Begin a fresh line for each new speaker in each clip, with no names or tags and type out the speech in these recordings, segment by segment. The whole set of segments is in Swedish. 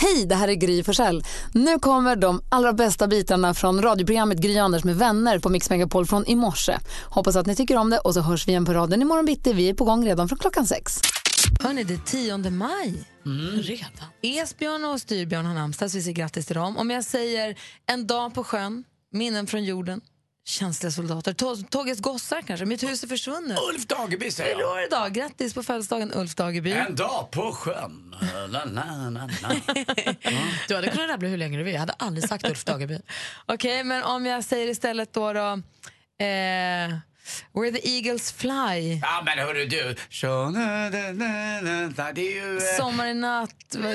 Hej, det här är Gry Forssell. Nu kommer de allra bästa bitarna från radioprogrammet Gry Anders med vänner på Mix Megapol från i morse. Hoppas att ni tycker om det och så hörs vi igen på raden imorgon bitti. Vi är på gång redan från klockan sex. Hörni, det är 10 maj.
Redan.
Esbjörn och Styrbjörn har namnsdag, så vi säger grattis till dem. Om jag säger En dag på sjön, Minnen från jorden, Känsliga soldater, Tå- Tågets gossar kanske, Mitt hus är försvunnet.
Ulf Dageby säger
Fyller
jag.
år idag, grattis på födelsedagen Ulf Dageby.
En dag på sjön. La, la, la, la.
Du hade kunnat rabbla hur länge du vill. Jag hade aldrig sagt Ulf Dageby.
Okej, men om jag säger istället då då... Eh, where the eagles fly.
Ja men hörru du. Show, na, na, na, na, na. Det är ju... eh,
Sommar i natt. vad-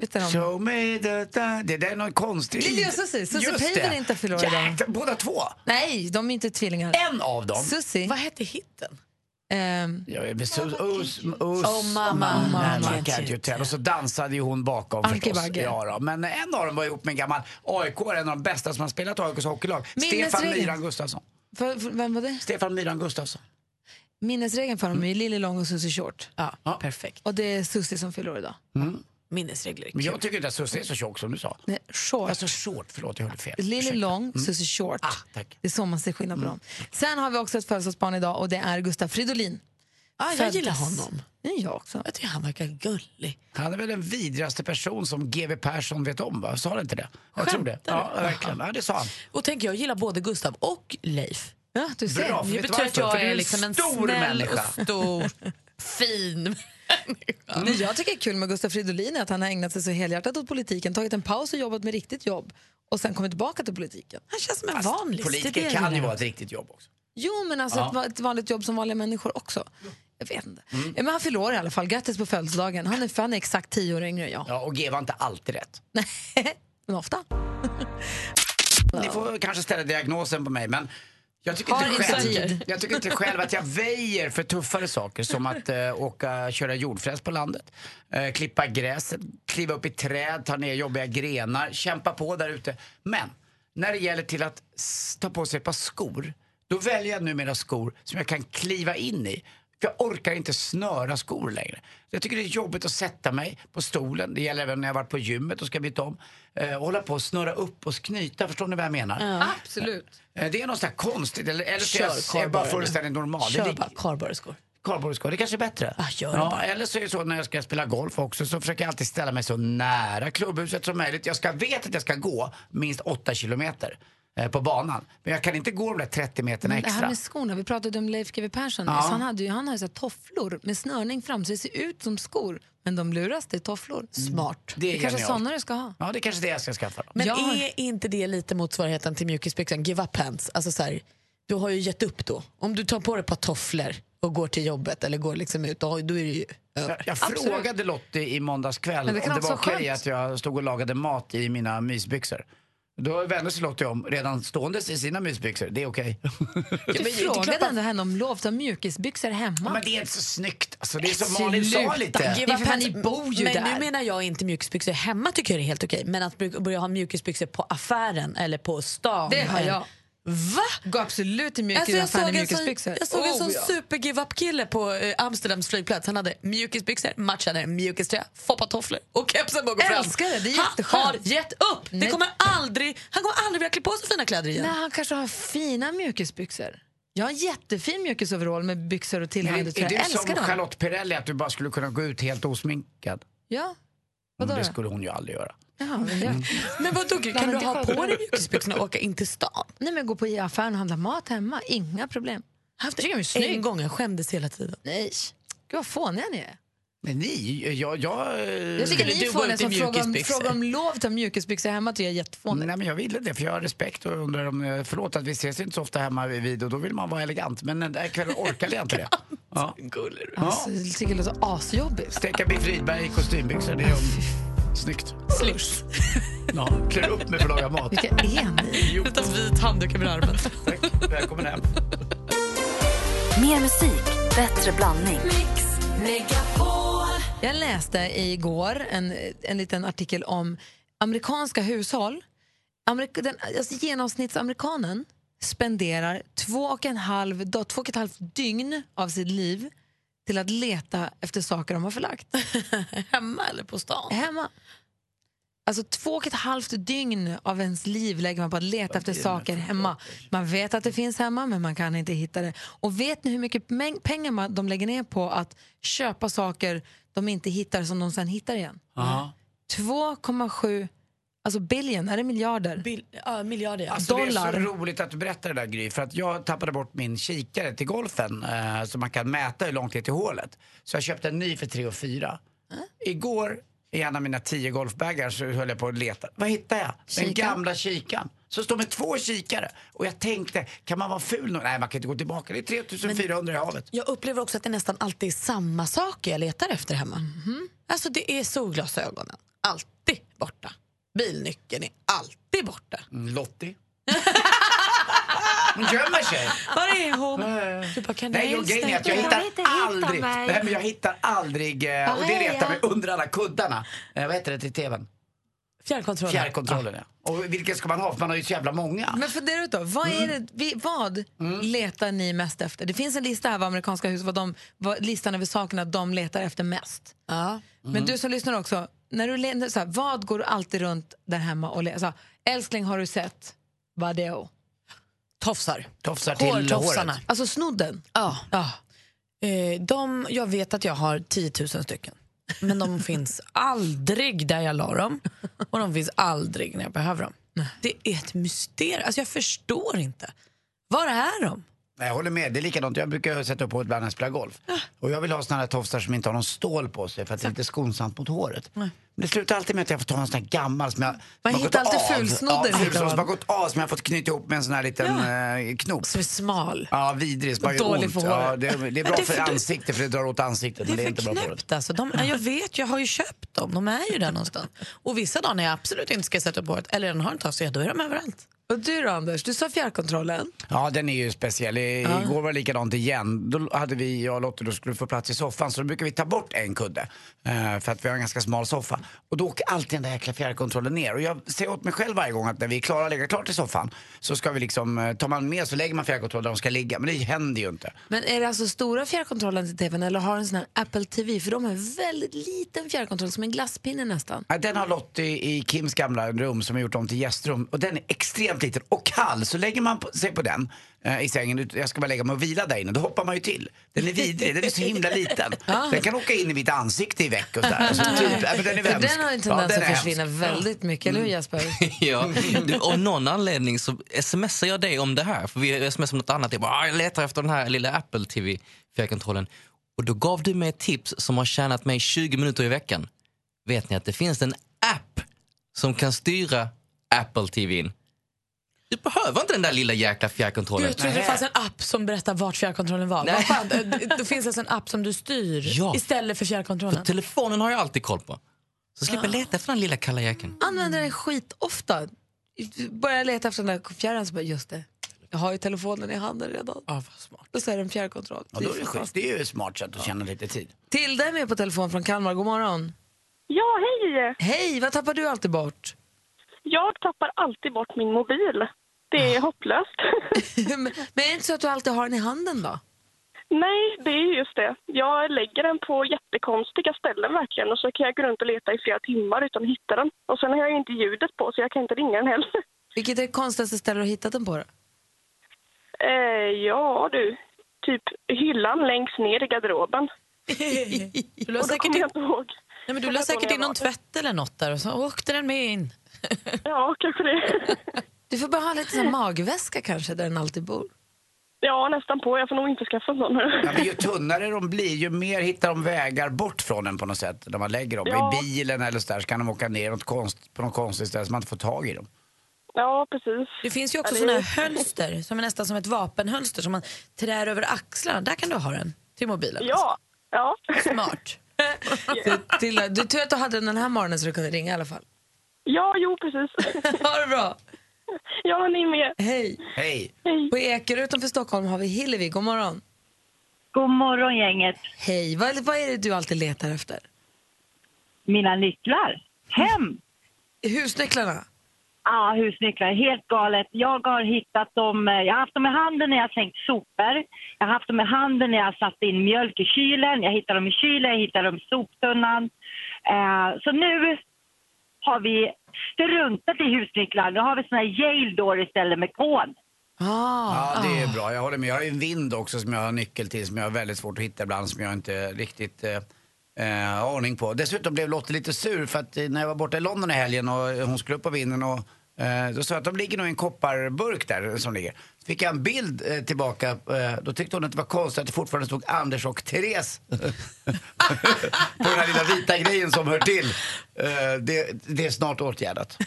Vet du någon?
Show me the... da- Det där är någon konstig...
Lili och Susie. Susie
Just
Pejder
det.
inte förlorar idag.
Jäklar, Båda två.
Nej, de är inte tvillingar.
En av dem.
Susie.
Vad hette hitten?
ehm,
Ja, men Sus- Us- Us-
Oh, mamma, mamma,
mamma
can't
can't you
you
tell. Och så dansade ju hon bakom
Anki
förstås.
Bagge.
Ja, då. Men en av dem var ihop med en gammal AIK, en av de bästa som har spelat AIKs hockeylag.
Minnesregeln.
Stefan Myran Gustafsson.
för, för, vem var det?
Stefan Myran Gustafsson.
Minnesregeln för dem är ju Lily Long och Susie Short.
Ja, perfekt.
Och det är Susie som fyller år idag.
Minnesregler är
Men
kul.
jag tycker inte att Susie är så tjock som du sa.
Nej, short.
Alltså short, förlåt jag hörde fel.
Lily
Ursäkta. Mm.
Long, Susie Short.
Ah, tack.
Det är så man ser skillnad på dem. Sen har vi också ett födelsedagsbarn idag och det är Gustaf Fridolin.
Ah, jag
Föddes-
gillar honom.
Ja, Jag också.
Jag tycker han verkar gullig.
Han är väl den vidrigaste person som GW Persson vet om va? Sa han inte det? Jag tror det. Ja, verkligen. Ja, det sa han.
Och tänk, jag gillar både Gustav och Leif.
Ja, du ser.
Bra, för
Det
vet du
betyder att
varför? För
jag
du
är
en
liksom en
stor
snäll
människa.
och stor, fin människa.
Det jag tycker är kul med Gustaf Fridolin är att han har ägnat sig så helhjärtat åt politiken, tagit en paus och jobbat med riktigt jobb och sen kommit tillbaka till politiken.
Han känns som en vanlig
Politiker kan ju vara ett riktigt jobb också.
Jo, men alltså ett, va- ett vanligt jobb som vanliga människor också. Jag vet inte.
Mm.
Men han fyller år i alla fall. Grattis på födelsedagen. Han är, för han är exakt tio år yngre än jag.
Ja, och GW har inte alltid rätt.
Men ofta.
Ni får kanske ställa diagnosen på mig, men jag tycker,
Har
inte
inte
själv,
tid.
jag tycker inte själv att jag väjer för tuffare saker som att eh, åka, köra jordfräs på landet, eh, klippa gräset, kliva upp i träd, ta ner jobbiga grenar, kämpa på där ute. Men när det gäller till att s- ta på sig ett par skor, då väljer jag numera skor som jag kan kliva in i. För jag orkar inte snöra skor längre. Jag tycker det är jobbigt att sätta mig på stolen. Det gäller även när jag varit på gymmet och ska byta om. Eh, och hålla på och snurra upp och knyta, förstår ni vad jag menar?
Absolut.
Eh, Det är något sånt här konstigt, eller, eller så är
Kör
jag- jag är bara
kardborre.
fullständigt normal.
Kör
det,
bara kardborreskor.
Karlborgsskor, det kanske är bättre.
Ah, gör det
ja,
bara.
eller så är det så när jag ska spela golf också så försöker jag alltid ställa mig så nära klubbhuset som möjligt. Jag ska vet att jag ska gå minst 8 kilometer eh, på banan. Men jag kan inte gå de där 30 meterna
Mm, Det här
extra.
med skorna, vi pratade om Leif GW Persson.
Ja.
Så han, hade ju, han har ju så här tofflor med snörning fram så det ser ut som skor. Men de luras, det är tofflor. Smart.
Det är
Det är kanske
Mm. genialt.
sådana du ska ha.
Ja, det är kanske är det jag ska skaffa då.
Men
Jag har-
är inte det lite motsvarigheten till mjukisbyxan, give up pants? Alltså så här, du har ju gett upp då. Om du tar på dig ett par tofflor och går till jobbet eller går liksom ut, då då är det ju över.
Jag, jag
Absolut.
frågade Lottie i måndags kväll om
Men det
det
kan
var
också
okej
vara skönt.
att jag stod och lagade mat i mina mysbyxor. Då vände sig Lottie om, redan ståendes i sina mysbyxor. Det är okej.
Du
men det är klart
frågade
att-
ändå henne om lov att ha mjukisbyxor
Ja,
hemma.
men det är inte så snyggt. Alltså, det är som Malin sa lite.
Give
Det är
up
för fan,
pants-
ni bor ju
men
där.
nu menar jag inte mjukisbyxor hemma tycker jag det är helt okej. Men att bry- börja ha mjukisbyxor på affären eller på stan.
Det har
eller-
jag.
Va?
Gå absolut i
Alltså jag,
mjukisaffären
såg
i
en sån,
mjukisbyxor.
jag såg en
Oh,
sån
ja.
super give up kille på eh, Amsterdams flygplats. Han hade mjukisbyxor, matchade mjukiströja, foppatofflor och kepsen bara går fram.
Älskar det, det är
Han
jätteskönt.
har gett upp! Det
Nej.
kommer aldrig, han kommer aldrig vilja klä på sig fina kläder igen.
Nej, han kanske har fina mjukisbyxor. Jag har en jättefin mjukisöverall med byxor och
Är,
tillhörande
är
tröja. Jag
du som
älskar dem.
Charlotte Pirelli att du bara skulle kunna gå ut helt osminkad?
Ja.
Men
Vadå
Mm, det
då?
skulle hon ju aldrig göra.
Jaha, men jag...
Men vadå,
Nej,
kan
men
du
det
ha
sköter
på
jag.
dig mjukisbyxorna och åka in till stan?
Nej, men gå på i affären och handla mat hemma. Inga problem.
Haft
Tycker jag är snygg.
en gång, jag skämdes hela tiden.
Nej. Gud vad fåniga ni är.
Men ni, jag... eh,
Jag
jag,
tycker
Skulle
ni
du
är
gå
fåniga
ut i
som frågar om,
mjukisbyxor?
frågar om lov till mjukisbyxor hemma tycker jag är jättefånigt.
Nej men jag ville det för jag har respekt och undrar om, eh, förlåt att vi ses inte så ofta hemma vid och då vill man vara elegant men den där kvällen orkade jag inte det. Mm. Ja.
Gullig du.
Alltså, jag tycker det låter asjobbigt.
Steka Biff Rydberg i kostymbyxor, det är um, snyggt.
Slush.
Ja, klär upp mig för att laga mat.
Vilka är ni?
Jo,
Utan vit handduk över armen.
tack. Välkommen hem.
Mer musik, bättre blandning.
Jag läste igår en, en liten artikel om amerikanska hushåll. Amerik den, alltså genomsnittsamerikanen spenderar två och, en halv, dag- två och ett halvt dygn av sitt liv till att leta efter saker de har förlagt
Hemma eller på stan?
hemma. Alltså två och ett halvt dygn av ens liv lägger man på att leta efter saker hemma. Man vet att det finns hemma, men man kan inte hitta det. Och vet ni hur mycket mäng- pengar man, de lägger ner på att köpa saker de inte hittar som de sen hittar igen?
Ja.
2,7 alltså billion, är det miljarder?
Bil, ja, miljarder, ja.
Alltså,
Dollar.
Det är så roligt att du berättar det där Gry, för att jag tappade bort min kikare till golfen eh, så man kan mäta hur långt det är till hålet. Så jag köpte en ny för 3 och 4.
Äh?
Igår i en av mina tio golfbagar så höll jag på att leta. Vad hittade jag? Den
Kikaren.
gamla kikaren. Så står med två kikare. Och jag tänkte, kan man vara ful nog? Nej, man kan inte gå tillbaka. Det är 3400 i havet.
Jag upplever också att det nästan alltid är samma saker jag letar efter hemma. Alltså det är solglasögonen, alltid borta. Bilnyckeln är alltid borta.
Mm, Lottie. Hon gömmer sig.
Var är hon? Du bara, kan
Nej,
du
jag,
helst
grejen är att
inte-
jag hittar
vill inte hitta
aldrig.
mig.
Nej, men jag hittar aldrig. eh, Och det
är
retar
jag?
mig under alla kuddarna. Eh, Vad heter det till tvn?
Fjärrkontrollen.
Fjärrkontrollen, ja. Och vilken ska man ha? För man har ju så jävla många.
Men fundera ut då, vad, är det, vi, vad letar ni mest efter? Det finns en lista här vad amerikanska hus, vad de, vad, listan över sakerna de letar efter mest.
Ja.
Mm.
Men du som lyssnar också, när du, le- när- så här, vad går du alltid runt där hemma och letar? Älskling, har du sett? Vadå?
Tofsar.
Tofsar till
Hårtofsarna.
håret.
Alltså snodden?
Ja.
Ja.
Eh, de, jag vet att jag har 10 000 stycken. Men de finns aldrig där jag la dem. Och de finns aldrig när jag behöver dem. Det är ett mysterium. Alltså jag förstår inte. Var är de?
Nej, jag håller med. Det är likadant. Jag brukar sätta upp håret ibland när jag spelar golf. Och jag vill ha såna här tofsar som inte har någon stål på sig för att det är lite skonsamt mot håret. Men det slutar alltid med att jag får ta en sån här gammal som jag... som har gått
hittar alltid
av.
fulsnoddar,
Ja,
hittar
fulsnodd som
man.
har gått av som jag har fått knyta ihop med en sån här liten eh, knop.
Som är smal.
Ja, vidrig. som bara gör
Dålig
ont.
för håret.
ja, det, det är bra
Det är för-
för ansiktet för det drar åt ansiktet.
Det
men det är
är
inte
för
bra för håret.
knäppt alltså. De, jag vet, jag har ju köpt dem. De är ju där någonstans. Och vissa dagar när jag absolut inte ska sätta upp håret, eller den har en tofs, ja, då är de överallt.
Och du då Anders, du sa fjärrkontrollen.
Ja, den är ju speciell. I, Igår var det likadant igen. Då hade vi, jag och Lotte, då skulle vi få plats i soffan så då brukar vi ta bort en kudde. eh, för att vi har en ganska smal soffa. Och då åker alltid den där jäkla fjärrkontrollen ner. Och jag säger åt mig själv varje gång att när vi är klara att lägga klart i soffan så ska vi liksom, eh, tar man med så lägger man fjärrkontrollen där de ska ligga. Men det händer ju inte.
Men är det alltså stora fjärrkontrollen till tvn eller har du en sån här Apple TV? För de har en väldigt liten fjärrkontroll, som en glasspinne nästan.
Ja, Den har Lottie i Kims gamla rum som är gjort om till gästrum. Och den är extremt liten och kall. Så lägger man på, sig på den eh, i sängen, ut- jag ska bara lägga mig och vila där inne, då hoppar man ju till. Den är vidrig, den är så himla liten. Den kan åka in i mitt ansikte i veck och sådär. Alltså, typ, ja, men den är
För
hemsk.
den har en
Ja,
tendens
den är
att
hemsk. Mm.
försvinna väldigt mycket, eller hur Jesper?
Ja, du, av någon anledning så smsar jag dig om det här. För vi smsar om något annat. Jag bara, "Ah, jag letar efter den här lilla Apple TV fjärrkontrollen. Och då gav du mig ett tips som har tjänat mig 20 minuter i veckan. Vet ni att det finns en app som kan styra Apple TVn? Du behöver inte den där lilla jäkla fjärrkontrollen.
Jag trodde det fanns en app som berättar vart fjärrkontrollen var. Vad fan, eh, det, det finns alltså en app som du styr
Ja.
istället för fjärrkontrollen.
Telefonen har jag alltid koll på. Så slipper jag leta efter den lilla kalla jäkeln.
Använder den skitofta. Börjar leta efter den där fjärran så bara, just det. Jag har ju telefonen i handen redan.
Ja, vad smart.
Och så är det en fjärrkontroll.
Ja, då är det, schysst. det är ju ett smart sätt att tjäna lite tid.
Tilda är med på telefon från Kalmar. God morgon.
Ja, hej!
Hej, vad tappar du alltid bort?
Jag tappar alltid bort min mobil. Det
Ah.
är hopplöst.
Men men är det inte så att du alltid har den i handen då?
Nej, det är just det. Jag lägger den på jättekonstiga ställen verkligen och så kan jag gå runt och leta i flera timmar utan att hitta den. Och sen har jag ju inte ljudet på så jag kan inte ringa den heller.
Vilket är det konstigaste stället du har hittat den på då?
Eh, ja du, typ hyllan längst ner i garderoben.
Du la
Och det
säkert
kommer
in,
jag inte ihåg.
nej, men du
jag
la
vet
säkert
var
in någon
jag var.
tvätt eller något där och så åkte den med in.
Ja, kanske det.
Du får bara ha lite sån här magväska kanske, där den alltid bor.
Ja, nästan på. Jag får nog inte skaffa en sån.
Ja, men ju tunnare de blir, ju mer hittar de vägar bort från den på något sätt. När man lägger dem
Ja.
i bilen eller sådär så kan de åka ner något konst, på något konstigt ställe så man inte får tag i dem.
Ja, precis.
Det finns ju också
Ja,
såna
det
här
är-
hölster som är nästan som ett vapenhölster som man trär över axlarna. Där kan du ha den till mobilen.
Ja, ja.
Smart.
Så Tilda, du tur att du hade den den här morgonen så du kunde ringa i alla fall.
Ja, jo precis.
Ha det bra.
Ja, ni med.
Hej.
Hej!
Hej.
På Ekerö utanför Stockholm har vi Hillevi. God morgon.
God morgon gänget.
Hej. Vad, vad är det du alltid letar efter?
Mina nycklar. Hem!
Husnycklarna?
Ja, ah, husnycklar. Helt galet. Jag har hittat dem. eh, Jag har haft dem i handen när jag har slängt sopor. Jag har haft dem i handen när jag har satt in mjölk i kylen. Jag hittade dem i kylen, jag hittade dem i soptunnan. Eh, så nu har vi struntat i husnycklar. Nu har vi såna här Yale door istället med kod.
Ah,
Ja, det är bra. Jag håller med. Jag har ju en vind också som jag har nyckel till som jag har väldigt svårt att hitta ibland som jag inte riktigt eh, eh, har ordning på. Dessutom blev Lotte lite sur för att eh, när jag var borta i London i helgen och eh, hon skulle upp på vinden och eh, då sa jag att de ligger nog i en kopparburk där som ligger. Så fick jag en bild eh, tillbaka. Eh, då tyckte hon att det var konstigt att det fortfarande stod Anders och Therese på den här lilla vita grejen som hör till. Eh, det, det är snart åtgärdat.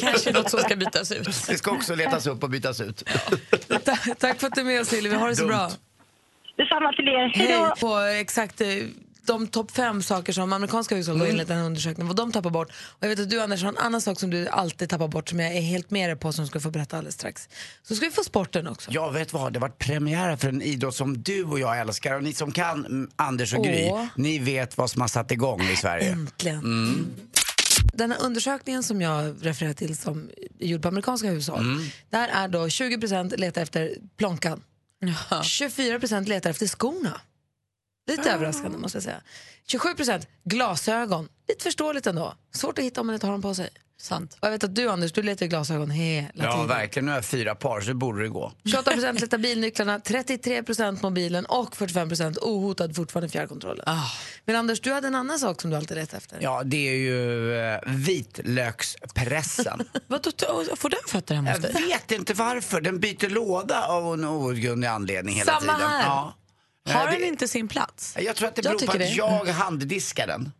Kanske något som ska bytas ut.
Det ska också letas upp och bytas ut.
Ta- Tack för att du är med oss Hillevi, ha det så
Dumt.
bra.
Detsamma till er. Hej då!
Hej på exakt eh, de topp fem saker som amerikanska hushåll har enligt en undersökning, vad de tappar bort. Och jag vet att du Anders har en annan sak som du alltid tappar bort som jag är helt med dig på som du ska få berätta alldeles strax. Så ska vi få sporten också.
Jag vet vad, det har varit premiär för en idrott som du och jag älskar. Och ni som kan mm, Anders och Gry,
Åh.
ni vet vad som har satt igång i Sverige.
Äntligen. Den här undersökningen som jag refererar till som är gjord på amerikanska hushåll, där är då 20% letar efter plånkan. 24% letar efter skorna. Lite överraskande måste jag säga. 27% glasögon. Lite förståeligt ändå. Svårt att hitta om man inte har dem på sig.
Sant.
Och jag vet att du Anders, du letar ju glasögon hela
Ja,
tiden.
verkligen. Nu har jag fyra par, så det borde det gå.
28% letar bilnycklarna, 33% mobilen och 45% ohotad fortfarande fjärrkontrollen. Men Anders, du hade en annan sak som du alltid letar efter.
Ja, det är ju eh, vitlökspressen.
Vadå, t- får den fötter hemma hos
jag
dig?
vet inte varför, den byter låda av en outgrundlig anledning hela
Samma
tiden.
här.
Ja.
Har
Eh,
den
det-
inte sin plats?
Jag tror att det
Jag
beror på att
tycker det.
jag handdiskar den.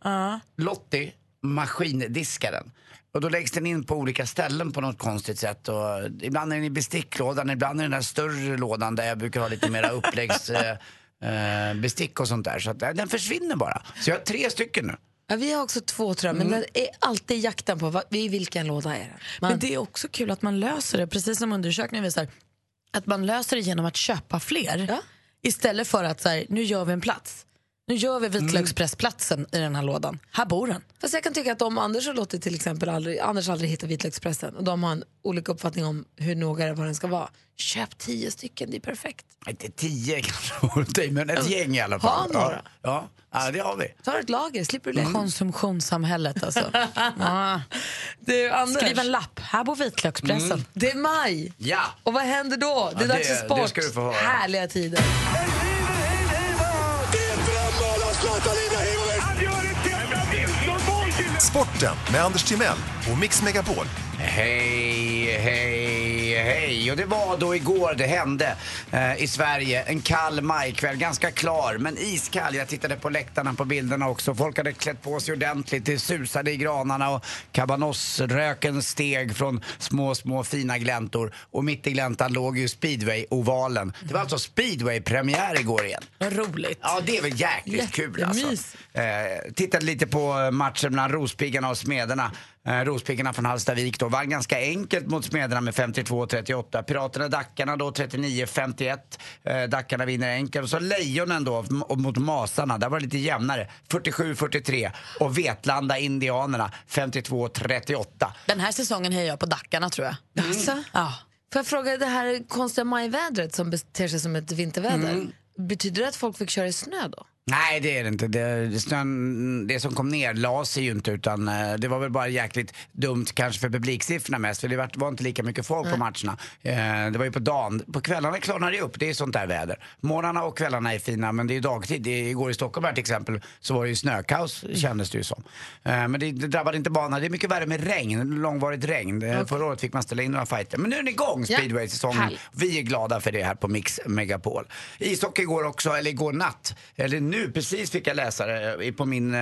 Lottie maskindiskar den. Och då läggs den in på olika ställen på något konstigt sätt. Och ibland är den i besticklådan, ibland är den i den här större lådan där jag brukar ha lite mera uppläggs... Eh, eh, bestick och sånt där. Så att, eh, den försvinner bara. Så jag har tre stycken nu.
Ja, vi har också två tror jag, men det är alltid jakten på vad, i vilken låda är den. Man,
Men det är också kul att man löser det, precis som undersökningen visar, att man löser det genom att köpa fler.
Ja.
Istället för att så här, nu gör vi en plats. Nu gör vi vitlökspressplatsen i den här lådan. Här bor den.
Fast jag kan tycka att om Anders har låtit till exempel aldrig, Anders aldrig hittar vitlökspressen och de har en olika uppfattning om hur noga det var den ska vara. Köp tio stycken, det är perfekt.
Inte tio kanske, åt dig, men ett gäng i alla
Ha
fall.
några.
Ja, ja. ja det har vi.
Ta ett lager, slipper
Mm.
du leta.
Konsumtionssamhället alltså. ah.
Du, Anders, Mm.
Skriv en lapp. Här bor vitlökspressen.
det är maj.
Ja!
Och vad händer då? Det är
Ja,
dags för
det-
sport.
det ska du få höra.
Härliga tider.
Sporten med Anders Timell och Mix Megapol.
Hej, hej, hej. Och det var då igår det hände eh, i Sverige. En kall majkväll, ganska klar men iskall. Jag tittade på läktarna på bilderna också. Folk hade klätt på sig ordentligt. Det susade i granarna och kabanossröken steg från små, små fina gläntor. Och mitt i gläntan låg ju speedway-ovalen. Det var alltså speedway-premiär igår igen.
Vad roligt.
Ja, det är väl jäkligt kul alltså.
Jättemys.
Eh, tittade lite på matchen mellan Rospiggarna och Smederna. Eh, Rospiggarna från Hallstavik då vann ganska enkelt mot Smederna med 52-38. Piraterna Dackarna då 39-51. Eh, Dackarna vinner enkelt. Och så Lejonen då m- och mot Masarna, där var det lite jämnare. 47-43. Och Vetlanda Indianerna 52-38.
Den här säsongen hejar jag på Dackarna tror jag.
Alltså,
Ja.
får jag fråga, det här konstiga majvädret som beter sig som ett vinterväder,
Mm.
betyder det att folk fick köra i snö då?
Nej, det är det inte. Det, det, snön, det som kom ner la sig ju inte utan eh, det var väl bara jäkligt dumt kanske för publiksiffrorna mest för det var, var inte lika mycket folk på matcherna. Eh, det var ju på dagen. På kvällarna klarnar det upp, det är sånt där väder. Morgnarna och kvällarna är fina men det är ju dagtid. Det, är- igår i Stockholm här till exempel så var det ju snökaos kändes det ju som. Eh, men det, det drabbade inte banan. Det är mycket värre med regn, långvarigt regn. Eh, Förra året fick man ställa in några fighter. Men nu är den igång,
Ja.
speedway-säsongen.
Härligt.
Vi är glada för det här på Mix Megapol. Ishockey går också, eller igår natt, eller nu precis fick jag läsa det eh, på min eh,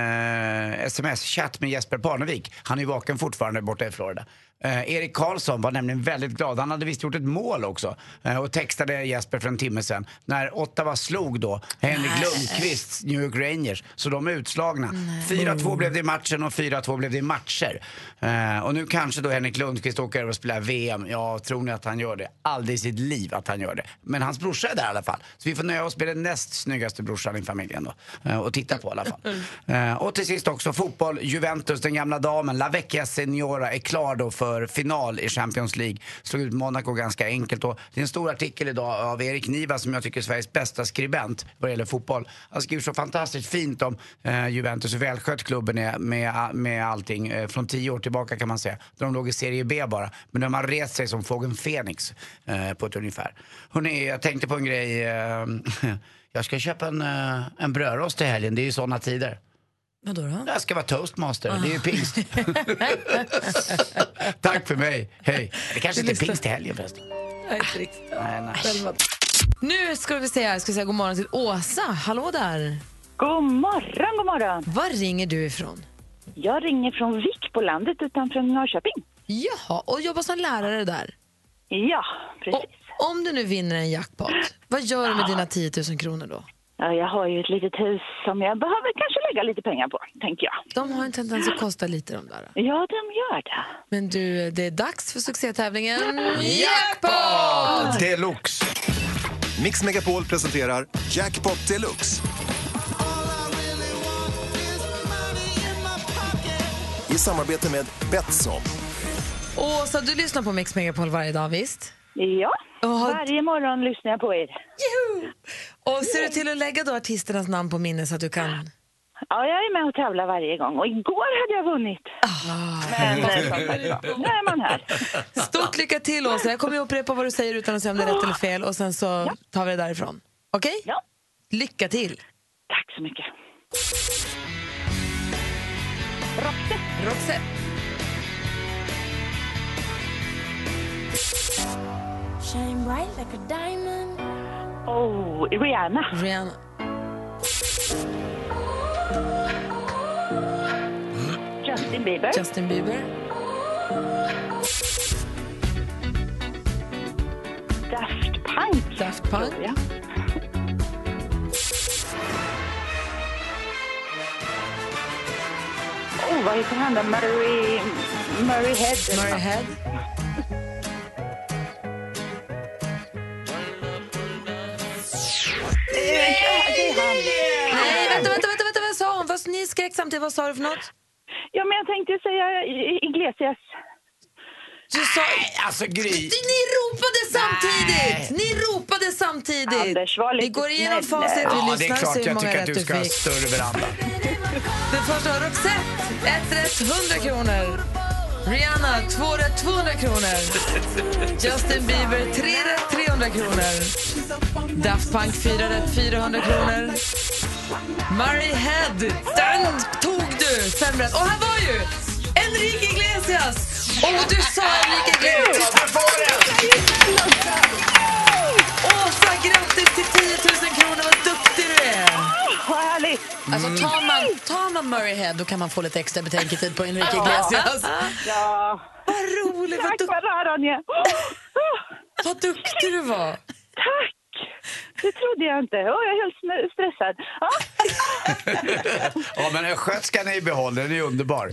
sms-chatt med Jesper Parnevik. Han är ju vaken fortfarande borta i Florida. Eh, Erik Karlsson var nämligen väldigt glad. Han hade visst gjort ett mål också eh, och textade Jesper för en timme sedan. När Ottawa slog då Henrik Lundqvists New York Rangers, så de är utslagna. 4-2 blev det i matchen och 4-2 blev det i matcher. Eh, och nu kanske då Henrik Lundqvist åker över och spelar VM. Ja, tror ni att han gör det? Aldrig i sitt liv att han gör det. Men hans brorsa är där i alla fall. Så vi får nöja oss med den näst snyggaste brorsan i familjen då. eh, Och titta på i alla fall. Eh, Och till sist också fotboll. Juventus, den gamla damen, La Vecchia Signora, är klar då för för final i Champions League. Slog ut Monaco ganska enkelt. Och det är en stor artikel idag av Erik Niva som jag tycker är Sveriges bästa skribent vad det gäller fotboll. Han skriver så fantastiskt fint om eh, Juventus, hur välskött klubben är med, med allting. Eh, från tio år tillbaka kan man säga. Då de låg i Serie B bara. Men de har rest sig som fågeln Fenix eh, på ett ungefär. Hörrni, jag tänkte på en grej. Eh, jag ska köpa en, eh, en brödrost till helgen. Det är ju såna tider.
Vadå då?
Jag ska vara toastmaster. Det är ju pingst. Tack för mig. Hej. Det kanske inte är pingst i helgen förresten. Nej, nej.
Nu ska vi säga, ska vi säga god morgon till Åsa. Hallå där!
God morgon, god morgon.
Var ringer du ifrån?
Jag ringer från Vik på landet utanför Norrköping.
Jaha, och jobbar som lärare där.
Ja, precis.
Och om du nu vinner en jackpot, vad gör du med dina 10 000 kronor då?
Ja, jag har ju ett litet hus som jag behöver kanske lägga lite pengar på, tänker jag.
De har en tendens att kosta lite de där.
Ja, de gör det.
Men du, det är dags för succétävlingen Jackpot!
Deluxe.
Mix Megapol presenterar Jackpot Deluxe. I samarbete med Betsson.
Åsa, du lyssnar på Mix Megapol varje dag, visst?
Ja,
Jaha.
varje morgon lyssnar jag på er.
Och ser du till att lägga då artisternas namn på minne så att du kan...
Ja, jag är med och tävlar varje gång och igår hade jag vunnit.
Ah.
Men eh, som sagt var, nu är man här.
Stort lycka till, Åsa. Jag kommer att upprepa vad du säger utan att säga om det är rätt eller fel och sen så tar vi det därifrån. Okej?
Ja.
Lycka till!
Tack så mycket.
Roxette.
Oh, Rihanna.
Rihanna.
Justin Bieber.
Justin Bieber.
Daft Punk.
Daft Punk.
tror jag. Oh, vad heter han då? Murray... Murray Head. eller
Murray
nåt.
Head.
Det är han.
Nej, vänta, vänta, vänta, vänta, vad sa hon? Vad, ni skrek samtidigt, vad sa du för något?
Ja, men jag tänkte säga I- Iglesias.
Du sa...
Alltså Gry.
Ni ropade samtidigt! Ni ropade samtidigt!
Anders, var lite
Vi går igenom
snäll.
facit, vi
Ja, det är
lyssnar och
klart.
ser hur
Jag
många
tycker att
rätt
du
du,
ska ha
fick.
större veranda.
Den första var Roxette, ett rätt 100 kronor. Rihanna, två rätt 200 kronor. Justin Bieber, tre rätt 300 kronor. Daft Punk, fyra rätt 400 kronor. Murray Head, den tog du! Fem rätt. Och här var ju Enrique Iglesias! Och du sa Enrique Iglesias!
Titta på den!
Åsa, grattis till 10 000 kronor! Vad duktig du är!
Vad härligt!
Alltså, tar, man, tar man Murray Head då kan man få lite extra betänketid på Enrique Iglesias.
Ja.
Vad roligt! Vad,
Tack
duk-
vad rar han är.
vad duktig du var!
Tack! Det trodde jag inte. Åh, jag är helt sn- stressad. Ja.
Ja, men östgötskan är i behåll. Den är ju underbar.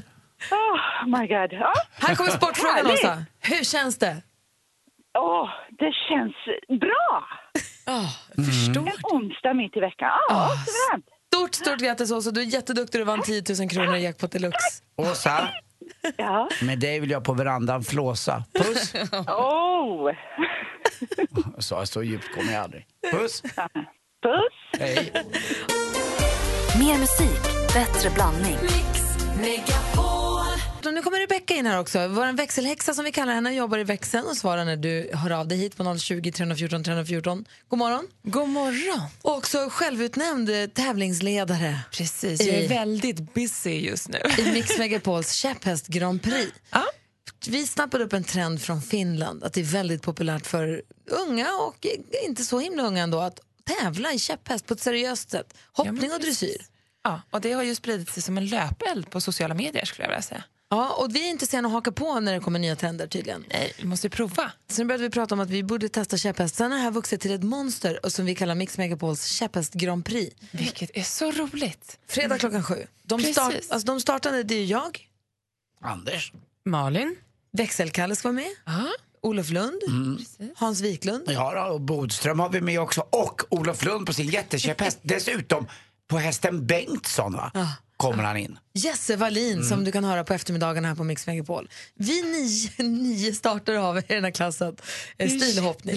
Oh my god. Ja.
Här kommer sportfrågan,
Härligt.
Åsa. Hur känns det?
Åh, det känns bra!
Ah,
Förstår.
En onsdag mitt i veckan. Ja, suveränt.
Stort, stort grattis, Åsa. Du är jätteduktig. Du vann 10 000 kronor i jackpot deluxe.
Åsa,
Ja.
med dig vill jag på verandan flåsa. Puss!
Ah.
Oh.
Så, så djupt kommer jag aldrig. Puss!
Puss!
Hej!
Mer musik, bättre blandning.
Och Nu kommer Rebecka in här också. Vår växelhäxa som vi kallar henne jobbar i växeln och svarar när du hör av dig hit på 020 314 314. God morgon.
God morgon.
Och också självutnämnd eh, tävlingsledare
Precis, jag
I-
är väldigt busy just nu.
i Mix Megapols käpphäst Grand Prix.
Ja.
Vi snappade upp en trend från Finland att det är väldigt populärt för unga och inte så himla unga ändå att tävla i käpphäst på ett seriöst sätt. Hoppning och dressyr.
Ja, och det har ju spridit sig som en löpeld på sociala medier skulle jag vilja säga.
Ja, och vi är inte sena att haka på när det kommer nya trender tydligen.
Nej, vi måste ju prova.
Så nu började vi prata om att vi borde testa käpphäst. Sen har det här vuxit till ett monster och som vi kallar Mix Megapols käpphäst Grand Prix.
Vilket är så roligt.
Fredag klockan sju. De,
Precis.
start, alltså, de startande, det är jag.
Anders.
Malin.
Växelkalle ska vara med. Olof Lund.
Mm.
Hans Wiklund.
Ja, då, och Bodström har vi med också. Och Olof Lund på sin jättekäpphäst. Dessutom på hästen Bengtsson, va? kommer han in.
Jesse Wallin
Mm.
som du kan höra på eftermiddagen här på Mix Megapol. Vi nio, nio startar av i den här klassen eh,
Det är
stilhoppning.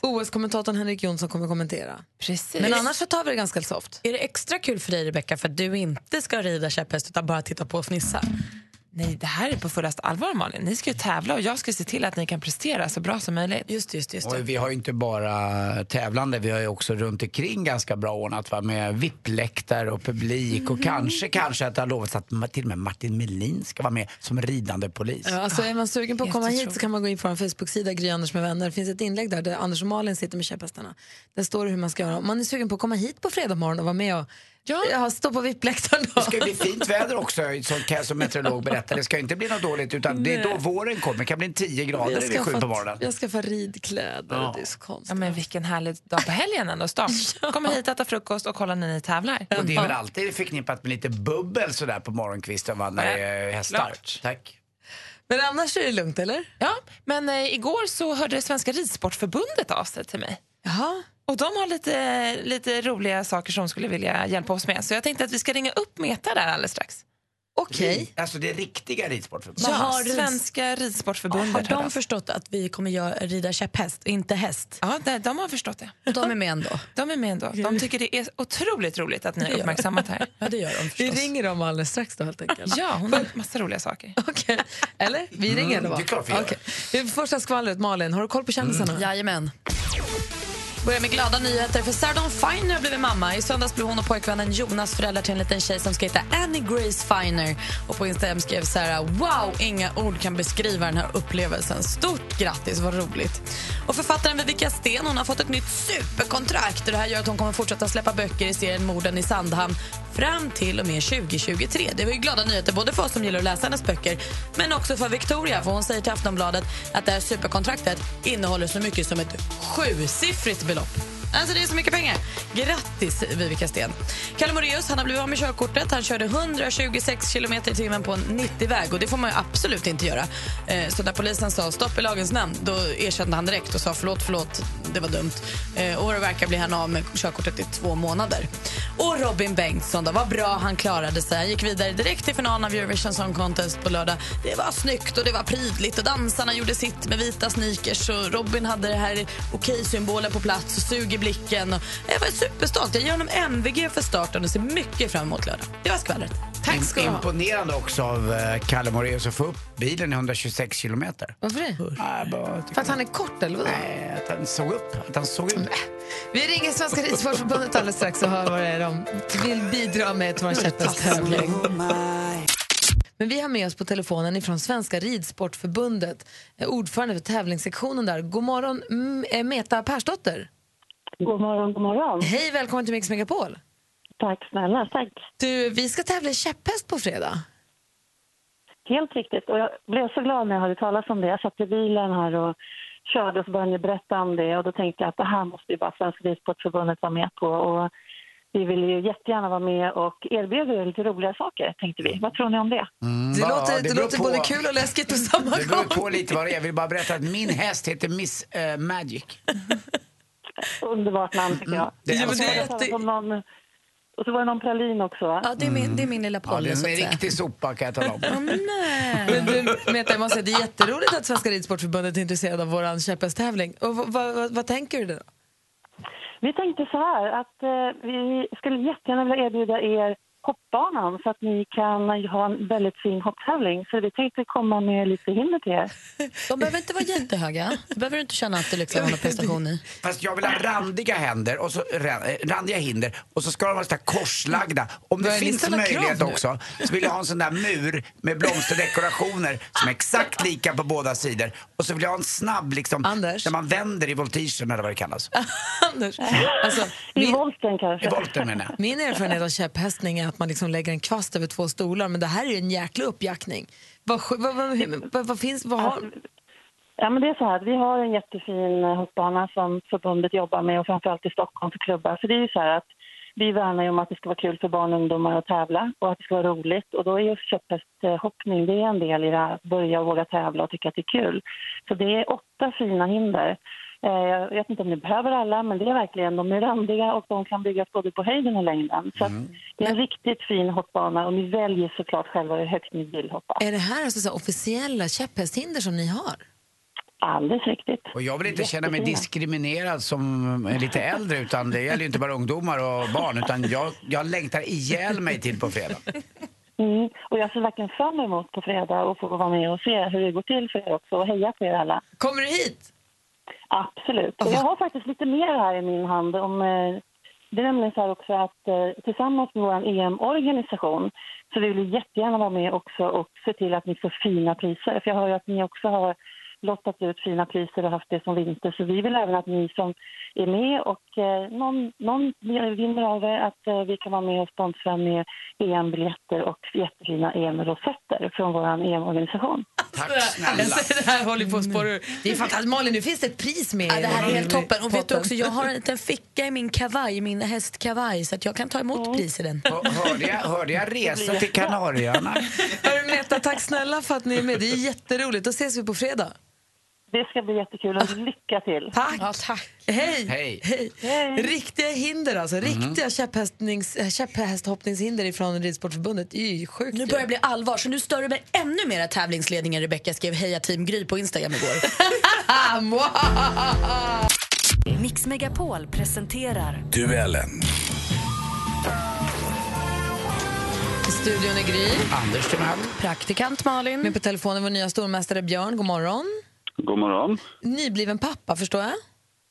OS-kommentatorn Henrik Jonsson kommer kommentera.
Precis.
Men annars så tar vi det ganska soft.
Mm. Är det extra kul för dig, Rebecka, för att du inte ska rida käpphäst utan bara titta på och fnissa?
Nej, det här är på fullaste allvar, Malin. Ni ska ju tävla och jag ska se till att ni kan prestera så bra som möjligt.
Just just, just
Och vi har ju inte bara tävlande, vi har ju också runt omkring ganska bra ordnat va? med VIP-läktare och publik
Mm-hmm.
och kanske, kanske att det har lovats att ma- till och med Martin Melin ska vara med som ridande polis.
Ja, alltså är man sugen på att komma hit så kan man gå in på vår Facebook-sida Gry Anders med vänner. Det finns ett inlägg där, där Anders och Malin sitter med käpphästarna. Där står det hur man ska göra. Om man är sugen på att komma hit på fredag morgon och vara med och ja. stå på VIP-läktaren då.
Det ska ju bli fint väder också, som kan jag som meteorolog berätta. Det ska ju inte bli något dåligt, utan det är då
Nej.
våren kommer. Det kan bli 10 grader
Jag
vid sju
skaffat-
på morgonen.
Jag ska få ridkläder.
Ja.
Det är så konstigt.
Ja, men vilken härlig dag på helgen ändå. Start. Kom hit, äta frukost och kolla när ni tävlar.
Och det är väl alltid förknippat med lite bubbel sådär på morgonkvisten va, när det är hästar.
Klart.
Tack.
Men annars är det lugnt, eller?
Ja, men eh, igår så hörde det Svenska Ridsportförbundet av sig till mig.
Jaha.
Och de har lite, lite roliga saker som de skulle vilja hjälpa oss med. Så jag tänkte att vi ska ringa upp Meta där alldeles strax.
Okej.
Alltså det riktiga ridsportförbundet.
Ja,
har du-
Svenska Ridsportförbundet.
Har
hörde av
de
sig.
förstått att vi kommer göra, rida käpphäst, inte häst?
Ja, de, de har förstått det.
Och de är med ändå?
De är med ändå. De tycker det är otroligt roligt att ni har uppmärksammat det här.
Ja, det gör de
Vi
förstås.
ringer dem alldeles strax då helt enkelt.
Ja, hon har massa roliga saker.
Okej. Eller? Vi ringer eller vad?
Mm, det är klart vi gör.
Okej. Det är Första skvallret, Malin, har du koll på kändisarna?
Mm,
Jajamän. Börjar med glada nyheter för Sarah Dawn Finer har blivit mamma. I söndags blev hon och pojkvännen Jonas föräldrar till en liten tjej som ska heta Annie Grace Finer. Och på Instagram skrev Sarah “Wow, inga ord kan beskriva den här upplevelsen. Stort grattis, vad roligt!” Och författaren Vivica Sten hon har fått ett nytt superkontrakt. Och det här gör att hon kommer fortsätta släppa böcker i serien Morden i Sandhamn fram till och med 2023. Det var ju glada nyheter både för oss som gillar att läsa hennes böcker men också för Victoria, för hon säger till Aftonbladet att det här superkontraktet innehåller så mycket som ett sjusiffrigt belopp. Alltså det är så mycket pengar. Grattis Vivica Sten. Kalle Moraeus, han har blivit av med körkortet. Han körde 126 km i timmen på en 90-väg och det får man ju absolut inte göra. Eh, Så när polisen sa stopp i lagens namn, då erkände han direkt och sa förlåt, förlåt, det var dumt. Eh, Och det verkar bli han av med körkortet i två månader. Och Robin Bengtsson då, vad bra han klarade sig. Han gick vidare direkt till finalen av Eurovision Song Contest på lördag. Det var snyggt och det var prydligt och dansarna gjorde sitt med vita sneakers och Robin hade det här okej-symbolen på plats och sug i blicken. Och jag var superstolt. Jag ger honom MVG för starten och ser mycket fram emot lördag. Det var skvallret. Tack ska du ha.
Imponerande också av eh, Kalle Moraeus att få upp bilen i 126 kilometer.
Varför det?
Nej, bara,
För att han är kort, eller vadå?
nej, att han såg upp. Att han såg ut.
Vi ringer Svenska Ridsportförbundet alldeles strax och hör vad det är de vill bidra med till vår käpphästtävling. Men vi har med oss på telefonen ifrån Svenska Ridsportförbundet, eh, ordförande för tävlingssektionen där. God morgon, M- eh, Meta Persdotter.
God morgon, god morgon.
Hej, välkommen till Mix Megapol.
Tack snälla, tack.
Du, vi ska tävla i käpphäst på fredag.
Helt riktigt. Och jag blev så glad när jag hörde talas om det. Jag satt i bilen här och körde och så började ni berätta om det. Och då tänkte jag att det här måste ju bara Svenska Ridsportförbundet vara med på. Och vi vill ju jättegärna vara med och erbjuda er lite roliga saker, tänkte vi. Vad tror ni om det?
Det
Ja,
låter, det
Mm, beror
låter
på-
både kul och läskigt på samma
Det beror
gång.
på lite vad det är. Jag vill bara berätta att min häst heter Miss eh, Magic.
Underbart namn, tycker jag.
Det är
och, så
alltså-
var det talas om någon, och så var det någon pralin också, va?
Ja, det är min, det är min lilla
Ja, det
pollen,
är
så att
en
säga. Mm.
riktig sopa kan jag tala om.
Men du, Meta, jag måste säga, det är jätteroligt att Svenska Ridsportförbundet är intresserade av vår käpphästtävling. Och vad, vad, vad, vad tänker du då?
Vi tänkte så här att eh, vi skulle jättegärna vilja erbjuda er hoppbanan så att ni kan ha en väldigt fin hopptävling. Så vi tänkte komma med lite hinder till er.
De behöver inte vara jättehöga. Det behöver du inte känna att du liksom har någon prestation i.
Fast jag vill ha randiga händer och så, ra- eh, randiga hinder och så ska de vara så där korslagda. Om det
Börjar
finns
listan ha
möjlighet
krav nu?
också så vill jag ha en sån där mur med blomsterdekorationer som är exakt lika på båda sidor. Och så vill jag ha en snabb liksom,
Anders?
där man vänder i voltigen eller vad det kallas.
Anders, alltså,
I
min,
volten
I
kanske.
volten menar jag.
min erfarenhet av käpphästning är att man liksom lägger en kvast över två stolar, men det här är ju en jäkla uppjackning. Vad, sj- vad, vad, hur- vad, vad finns, vad
Alltså-
har...
Ja, men det är så här att vi har en jättefin eh, hoppbana som förbundet jobbar med och framförallt i Stockholm för klubbar. Så det är ju så här att vi värnar ju om att det ska vara kul för barn och ungdomar att tävla och att det ska vara roligt. Och då är just köpphästhoppning, det är en del i det här, börja och våga tävla och tycka att det är kul. Så det är åtta fina hinder. Eh, Jag vet inte om ni behöver alla, men det är verkligen, de är randiga och de kan byggas både på höjden och längden. Så att
Mm.
det är en riktigt fin hoppbana och ni väljer såklart själva hur högt ni vill hoppa.
Är det här alltså så här officiella käpphästhinder som ni har?
Alldeles riktigt.
Och jag vill inte känna mig
Jättefina.
diskriminerad som är lite äldre utan det gäller ju inte bara ungdomar och barn utan jag, jag längtar ihjäl mig till på fredag.
Mm. Och jag ser verkligen fram emot på fredag och få vara med och se hur det går till för er också och heja på er alla.
Kommer du hit?
Absolut. Och jag har faktiskt lite mer här i min hand. Om, eh, det är nämligen så här också att eh, tillsammans med vår EM-organisation så vill vi jättegärna vara med också och se till att ni får fina priser. För jag hör ju att ni också har lottat ut fina priser och haft det som vinter. Så vi vill även att ni som är med och eh, någon, någon vinner av er att eh, vi kan vara med och sponsra med EM-biljetter och jättefina EM-rosetter från vår E EM-organisation.
Alltså, det här håller på att spåra ur. Mm. Det är fantastiskt. Malin, nu finns det ett pris med
Ja, det här är
i-
helt toppen. Och vet du
potten.
också, jag har en liten ficka i min kavaj, i min hästkavaj, så att jag kan ta emot pris i den.
Hörde jag, hörde jag resa till Kanarieöarna?
Hörru Meta, tack snälla för att ni är med. Det är jätteroligt. Då ses vi på fredag.
Det ska bli jättekul och lycka till.
Tack!
tack.
Hej.
Hej.
Riktiga hinder alltså. Riktiga käpphästnings, äh, käpphästhoppningshinder ifrån Ridsportförbundet. Det är ju sjukt.
Nu börjar det bli allvar, så nu stör du mig ännu mer att tävlingsledningen Rebecka skrev heja Team Gry på Instagram igår.
Mix Megapol presenterar
Duellen.
Studion är Gry.
Anders Timell.
Praktikant Malin. Med på telefonen vår nya stormästare Björn. God morgon.
God morgon.
Nybliven pappa, förstår jag.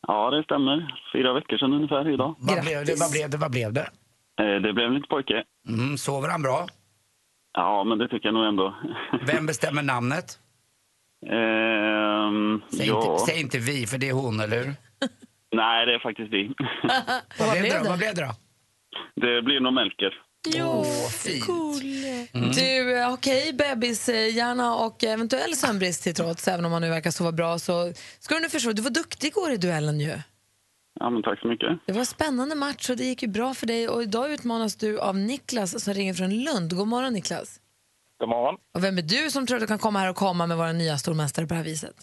Ja, det stämmer. Fyra veckor sedan ungefär idag.
Vad blev det? Vad blev det? Vad blev det?
Eh, Det blev en liten pojke.
Mm, sover han bra?
Ja, men det tycker jag nog ändå.
Vem bestämmer namnet?
Ehm,
Säg,
ja.
inte, säg inte vi, för det är hon, eller hur?
Nej, det är faktiskt vi.
Vad, blev det? då? Vad blev det då?
Det blir nog Melker.
Jo, cool. Du, eh, okej, bebishjärna och eventuell sömnbrist till trots, även om man nu verkar sova bra, så ska du nu förstå, du var duktig igår i duellen ju.
Ja, men tack så mycket.
Det var en spännande match och det gick ju bra för dig och idag utmanas du av Niklas som ringer från Lund. God morgon Niklas.
God morgon.
Och vem är du som tror att du kan komma här och komma med våra nya stormästare på det här viset?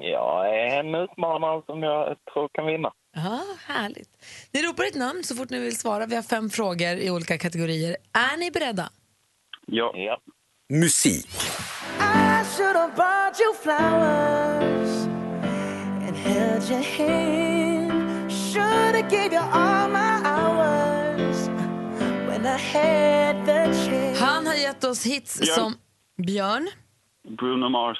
Jag är eh, en utmanare som jag tror kan vinna.
Ja, härligt. Ni ropar ett namn så fort ni vill svara. Vi har fem frågor i olika kategorier. Är ni beredda?
Ja.
Musik.
I should have bought you flowers and held your hand. Should have gave you all my hours when I had the chance.
Han har gett oss hits
Björn.
som... Björn?
Bruno Mars.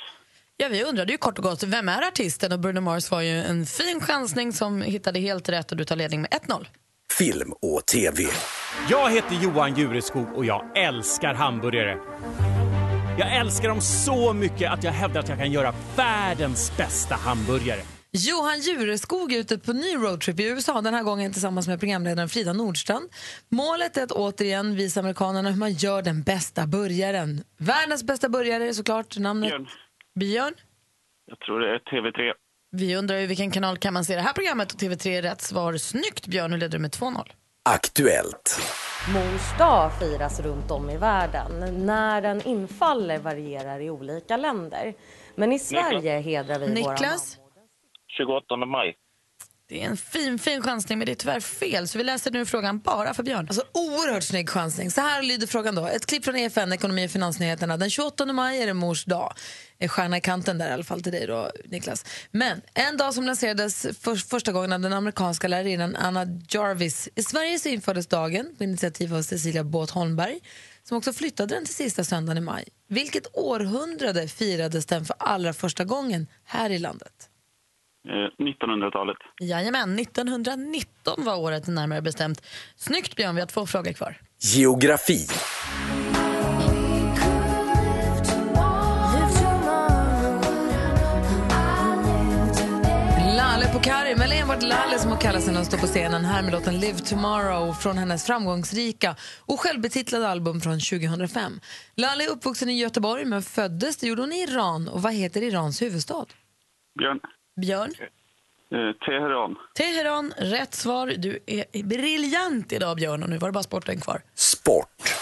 Ja, vi undrade ju kort och gott, vem är artisten? Och Bruno Mars var ju en fin chansning som hittade helt rätt och du tar ledning med 1-0.
Film och TV.
Jag heter Johan Jureskog och jag älskar hamburgare. Jag älskar dem så mycket att jag hävdar att jag kan göra världens bästa hamburgare.
Johan Jureskog är ute på ny roadtrip i USA, den här gången tillsammans med programledaren Frida Nordstrand. Målet är att återigen visa amerikanerna hur man gör den bästa burgaren. Världens bästa burgare är såklart namnet.
Björn.
Björn?
Jag tror det är TV3.
Vi undrar ju vilken kanal kan man se det här programmet och TV3 är rätt svar. Snyggt Björn, nu leder du med 2-0.
Aktuellt.
Mors dag firas runt om i världen. När den infaller varierar i olika länder. Men i Sverige hedrar vi våra
Niklas?
28 maj.
Det är en fin, fin chansning men det är tyvärr fel så vi läser nu frågan bara för Björn.
Alltså oerhört snygg chansning. Så här lyder frågan då. Ett klipp från EFN, Ekonomi och finansnyheterna. Den 28 maj är det mors dag. En Stjärna i kanten där i alla fall till dig då, Niklas. Men en dag som lanserades för, första gången av den amerikanska lärarinnan Anna Jarvis. I Sverige så infördes dagen på initiativ av Cecilia Båth Holmberg som också flyttade den till sista söndagen i maj. Vilket århundrade firades den för allra första gången här i landet?
Eh, 1900-talet.
Jajamän, 1919 var året närmare bestämt. Snyggt Björn, vi har två frågor kvar.
Geografi.
Lalle Pokari, eller enbart Lalle som hon kallar sig när hon står på scenen här med låten Live Tomorrow från hennes framgångsrika och självbetitlade album från 2005. Lalle är uppvuxen i Göteborg men föddes, det gjorde hon i Iran. Och vad heter Irans huvudstad?
Björn.
Björn?
Eh, Teheran.
Teheran, rätt svar. Du är briljant idag Björn och nu var det bara sporten kvar.
Sport.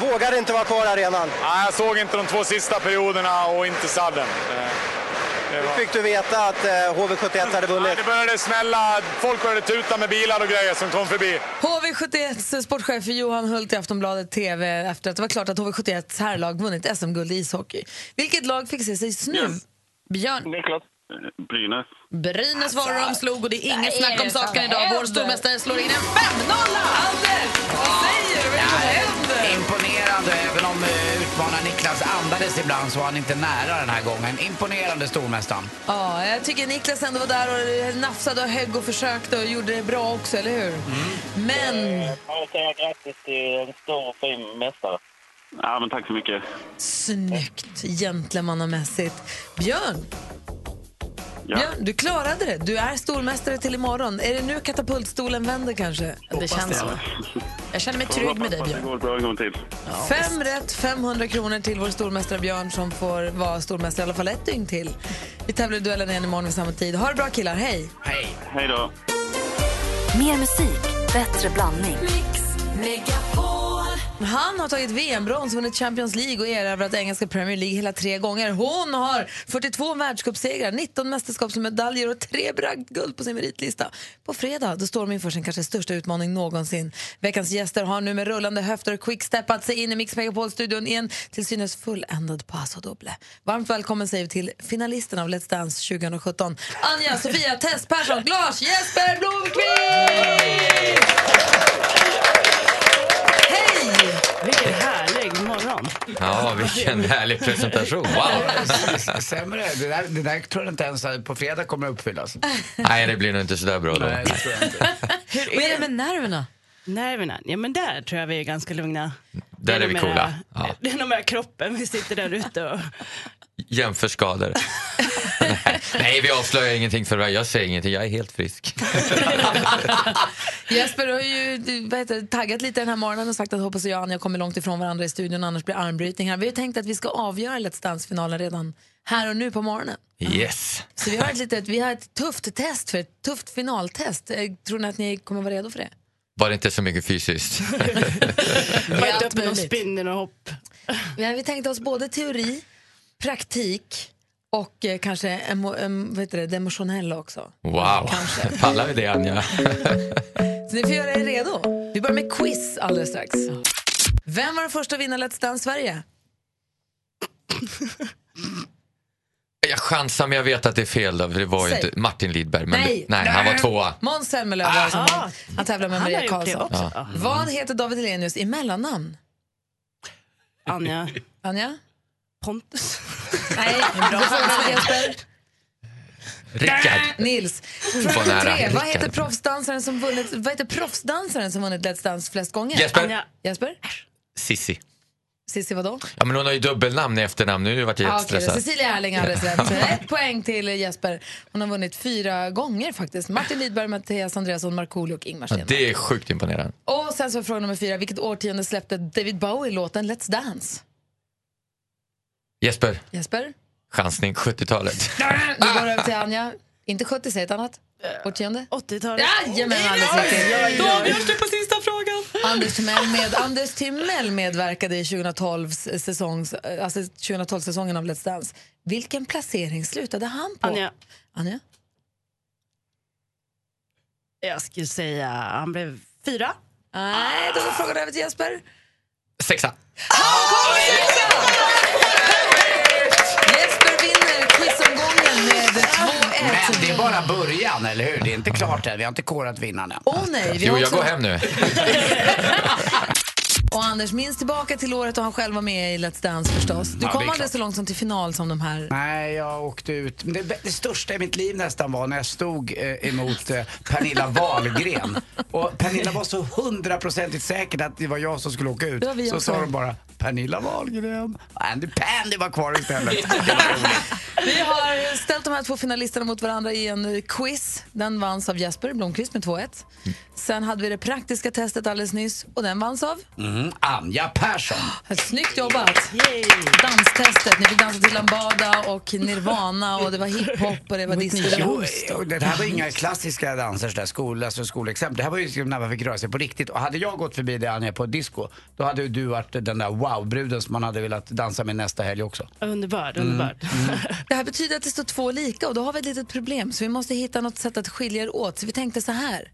Vågade inte vara kvar i arenan. Nej, jag såg inte de två sista perioderna och inte sadden. fick du veta att eh, HV71 hade vunnit.
Det började smälla, folk började tuta med bilar och grejer som kom förbi.
HV71 sportchef Johan Hult i Aftonbladet TV efter att det var klart att HV71 herrlag vunnit SM-guld i ishockey. Vilket lag fick se sig snuv? Björn.
Niklas. Eh, Brynäs.
Brynäs var de slog och det är inget
vad är
snack om
det som
saken idag. Vår
händer?
stormästare slår in en 5-0! Anders! Vad säger du?
Imponerande, även om eh, utmanaren Niklas andades ibland så var han inte nära den här gången. Imponerande stormästaren.
Ja, jag tycker Niklas ändå var där och nafsade och högg och försökte och gjorde det bra också, eller hur?
Mm.
Men
Jag vill säga grattis till en stor och fin mästare.
Ja, men tack så mycket.
snyggt, gentlemannamässigt. Björn,
Ja.
Björn, du klarade det. Du är stormästare till imorgon. Är det nu katapultstolen vänder kanske?
Det känns så. Jag känner mig
Får
trygg
hoppas
med dig,
att Det
Björn.
går bra en gång till.
Fem rätt, 500 kronor till vår stormästare Björn som får vara stormästare i alla fall ett dygn till. Vi tävlar i duellen igen imorgon vid samma tid. Ha det bra killar, hej!
Hej.
Hej då.
Mer musik, bättre blandning.
Han har tagit VM-brons, vunnit Champions League och erövrat engelska Premier League hela tre gånger. Hon har 42 världscupsegrar, 19 mästerskapsmedaljer och tre bragdguld på sin meritlista. På fredag då står de inför sin kanske största utmaning någonsin. Veckans gäster har nu med rullande höfter quicksteppat sig in i Mix Megapol-studion i en till synes fulländad paso doble. Varmt välkommen säger vi till finalisten av Let's Dance 2017. Anja, Sofia, Tess Persson, Lars, Jesper Blomqvist! Hej!
Vilken härlig morgon.
Ja, vilken härlig presentation. Wow!
Sämre. Det där, det där tror jag inte ens att på fredag kommer att uppfyllas.
Nej, det blir nog inte sådär bra då.
Hur är det med nerverna? Nerverna? Ja, men där tror jag vi är ganska lugna.
Där är
nog
vi
mera-
coola. Ja.
Det är nog mera kroppen vi sitter där ute och...
Jämför skador. Nej, Nej, vi avslöjar ingenting för varandra. Jag säger ingenting, jag är helt frisk.
Jesper du har ju du, vad heter, det, taggat lite den här morgonen och sagt att hoppas jag och Anja kommer långt ifrån varandra i studion annars blir armbrytning här. Vi har ju tänkt att vi ska avgöra Let's Dance-finalen redan här och nu på morgonen.
Yes.
Så vi har ett, litet, vi har ett tufft test, för ett tufft finaltest. Eh, Tror ni att ni kommer vara redo för det?
Var det inte så mycket fysiskt?
allt
Böjt upp med någon
möjligt.
spinner och hopp.
Men vi tänkte oss både teori, praktik och eh, kanske emo, em, vad heter det, det emotionella också.
Wow, pallar vi det Anja?
Så ni får göra er redo. Vi börjar med quiz alldeles strax. Vem var den första vinnaren i Let's Dance Sverige?
Jag chansar men jag vet att det är fel då, för det var ju
Säg.
inte Martin Lidberg. Men
Nej.
nej, han var tvåa.
Måns Zelmerlöw var det som
Ah.
vann. Han tävlar med
Han har
Maria
gjort det
Karlsson.
också. Ja.
Vad heter David Hellenius i mellannamn?
Anja
Anja?
Pontus.
Nej,
bra
bra fråga Jesper.
Rickard.
Nils.
Vad
Fråga
nära.
tre. Vad heter
Rickard.
proffsdansaren som vunnit, vad heter proffsdansaren som vunnit Let's Dance flest gånger?
Jesper.
Anja. Jesper?
Sissi.
Cissi vadå?
Ja, men hon har ju dubbelnamn i efternamn. Nu vart jag
Ah, okej, då.
jättestressad.
Cecilia Erling har alldeles rätt. Så Ett poäng till Jesper. Hon har vunnit fyra gånger faktiskt. Martin Lidberg, Mattias Andreasson, Markoolio och Ingmar
Ja,
Stenmark.
det är sjukt imponerande.
Och sen så är fråga nummer fyra. Vilket årtionde släppte David Bowie låten Let's Dance?
Jesper,
Jesper?
chansning 70-talet.
Nu går det över till Anja. Inte 70, säg ett annat. Årtionde?
80-talet.
Jajamän, alldeles riktigt. Då avgörs det på sista frågan. Anders Timell, med, Anders Timell medverkade i 2012 säsongs, alltså 2012-säsongen av Let's Dance. Vilken placering slutade han på?
Anja.
Anja?
Jag skulle säga han blev fyra.
Nej, då går frågan över till Jesper.
Sexa.
Jesper vinner quizomgången med 2-1.
Men det är bara början, eller hur? Det är inte klart än. Vi har inte korat vinnarna.
Åh nej, vi
Jo,
har
jag
också...
går hem nu.
Och Anders, minns tillbaka till året och han själv var med i Let's Dance förstås. Du
Ja, det
kom
är
aldrig
klart.
så långt som till final som de här.
Nej, jag åkte ut. Men Det, det största i mitt liv nästan var när jag stod eh, emot eh, Pernilla Wahlgren. Och Pernilla var så hundraprocentigt säker att det var jag som skulle åka ut.
Det var vi
Så
också.
sa de bara Pernilla Wahlgren. Andy Pandy var kvar istället.
Vi har ställt de här två finalisterna mot varandra i en eh, quiz. Den vanns av Jesper Blomqvist med 2-1. Sen hade vi det praktiska testet alldeles nyss och den vanns av
Mm, Anja Persson.
Ett Snyggt jobbat! Danstestet. Ni fick dansa till Lambada och Nirvana och det var hiphop och det var disco.
Jo, och Det här var inga klassiska danser, sådär, skol, alltså skolexempel. Det här var ju liksom när man fick röra sig på riktigt. Och hade jag gått förbi det Anja på ett disco, då hade ju du varit den där wow-bruden som man hade velat dansa med nästa helg också.
Underbart,
Mm.
underbart.
Det här betyder att det står två lika och då har vi ett litet problem så vi måste hitta något sätt att skilja er åt. Så vi tänkte så här.